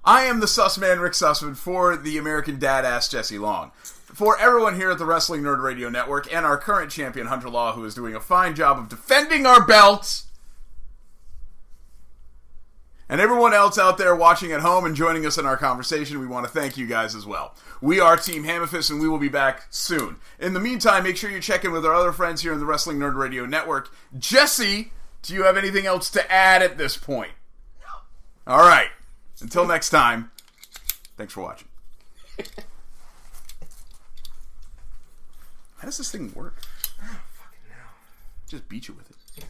Speaker 1: I am the Sussman, Rick Sussman, for the American Dadass Jesse Long. For everyone here at the Wrestling Nerd Radio Network and our current champion Hunter Law, who is doing a fine job of defending our belts. And everyone else out there watching at home and joining us in our conversation, we want to thank you guys as well. We are Team Hammerfist, and we will be back soon. In the meantime, make sure you check in with our other friends here in the Wrestling Nerd Radio Network. Jesse, do you have anything else to add at this point? All right. Until next time, thanks for watching. How does this thing work? Just beat you with it.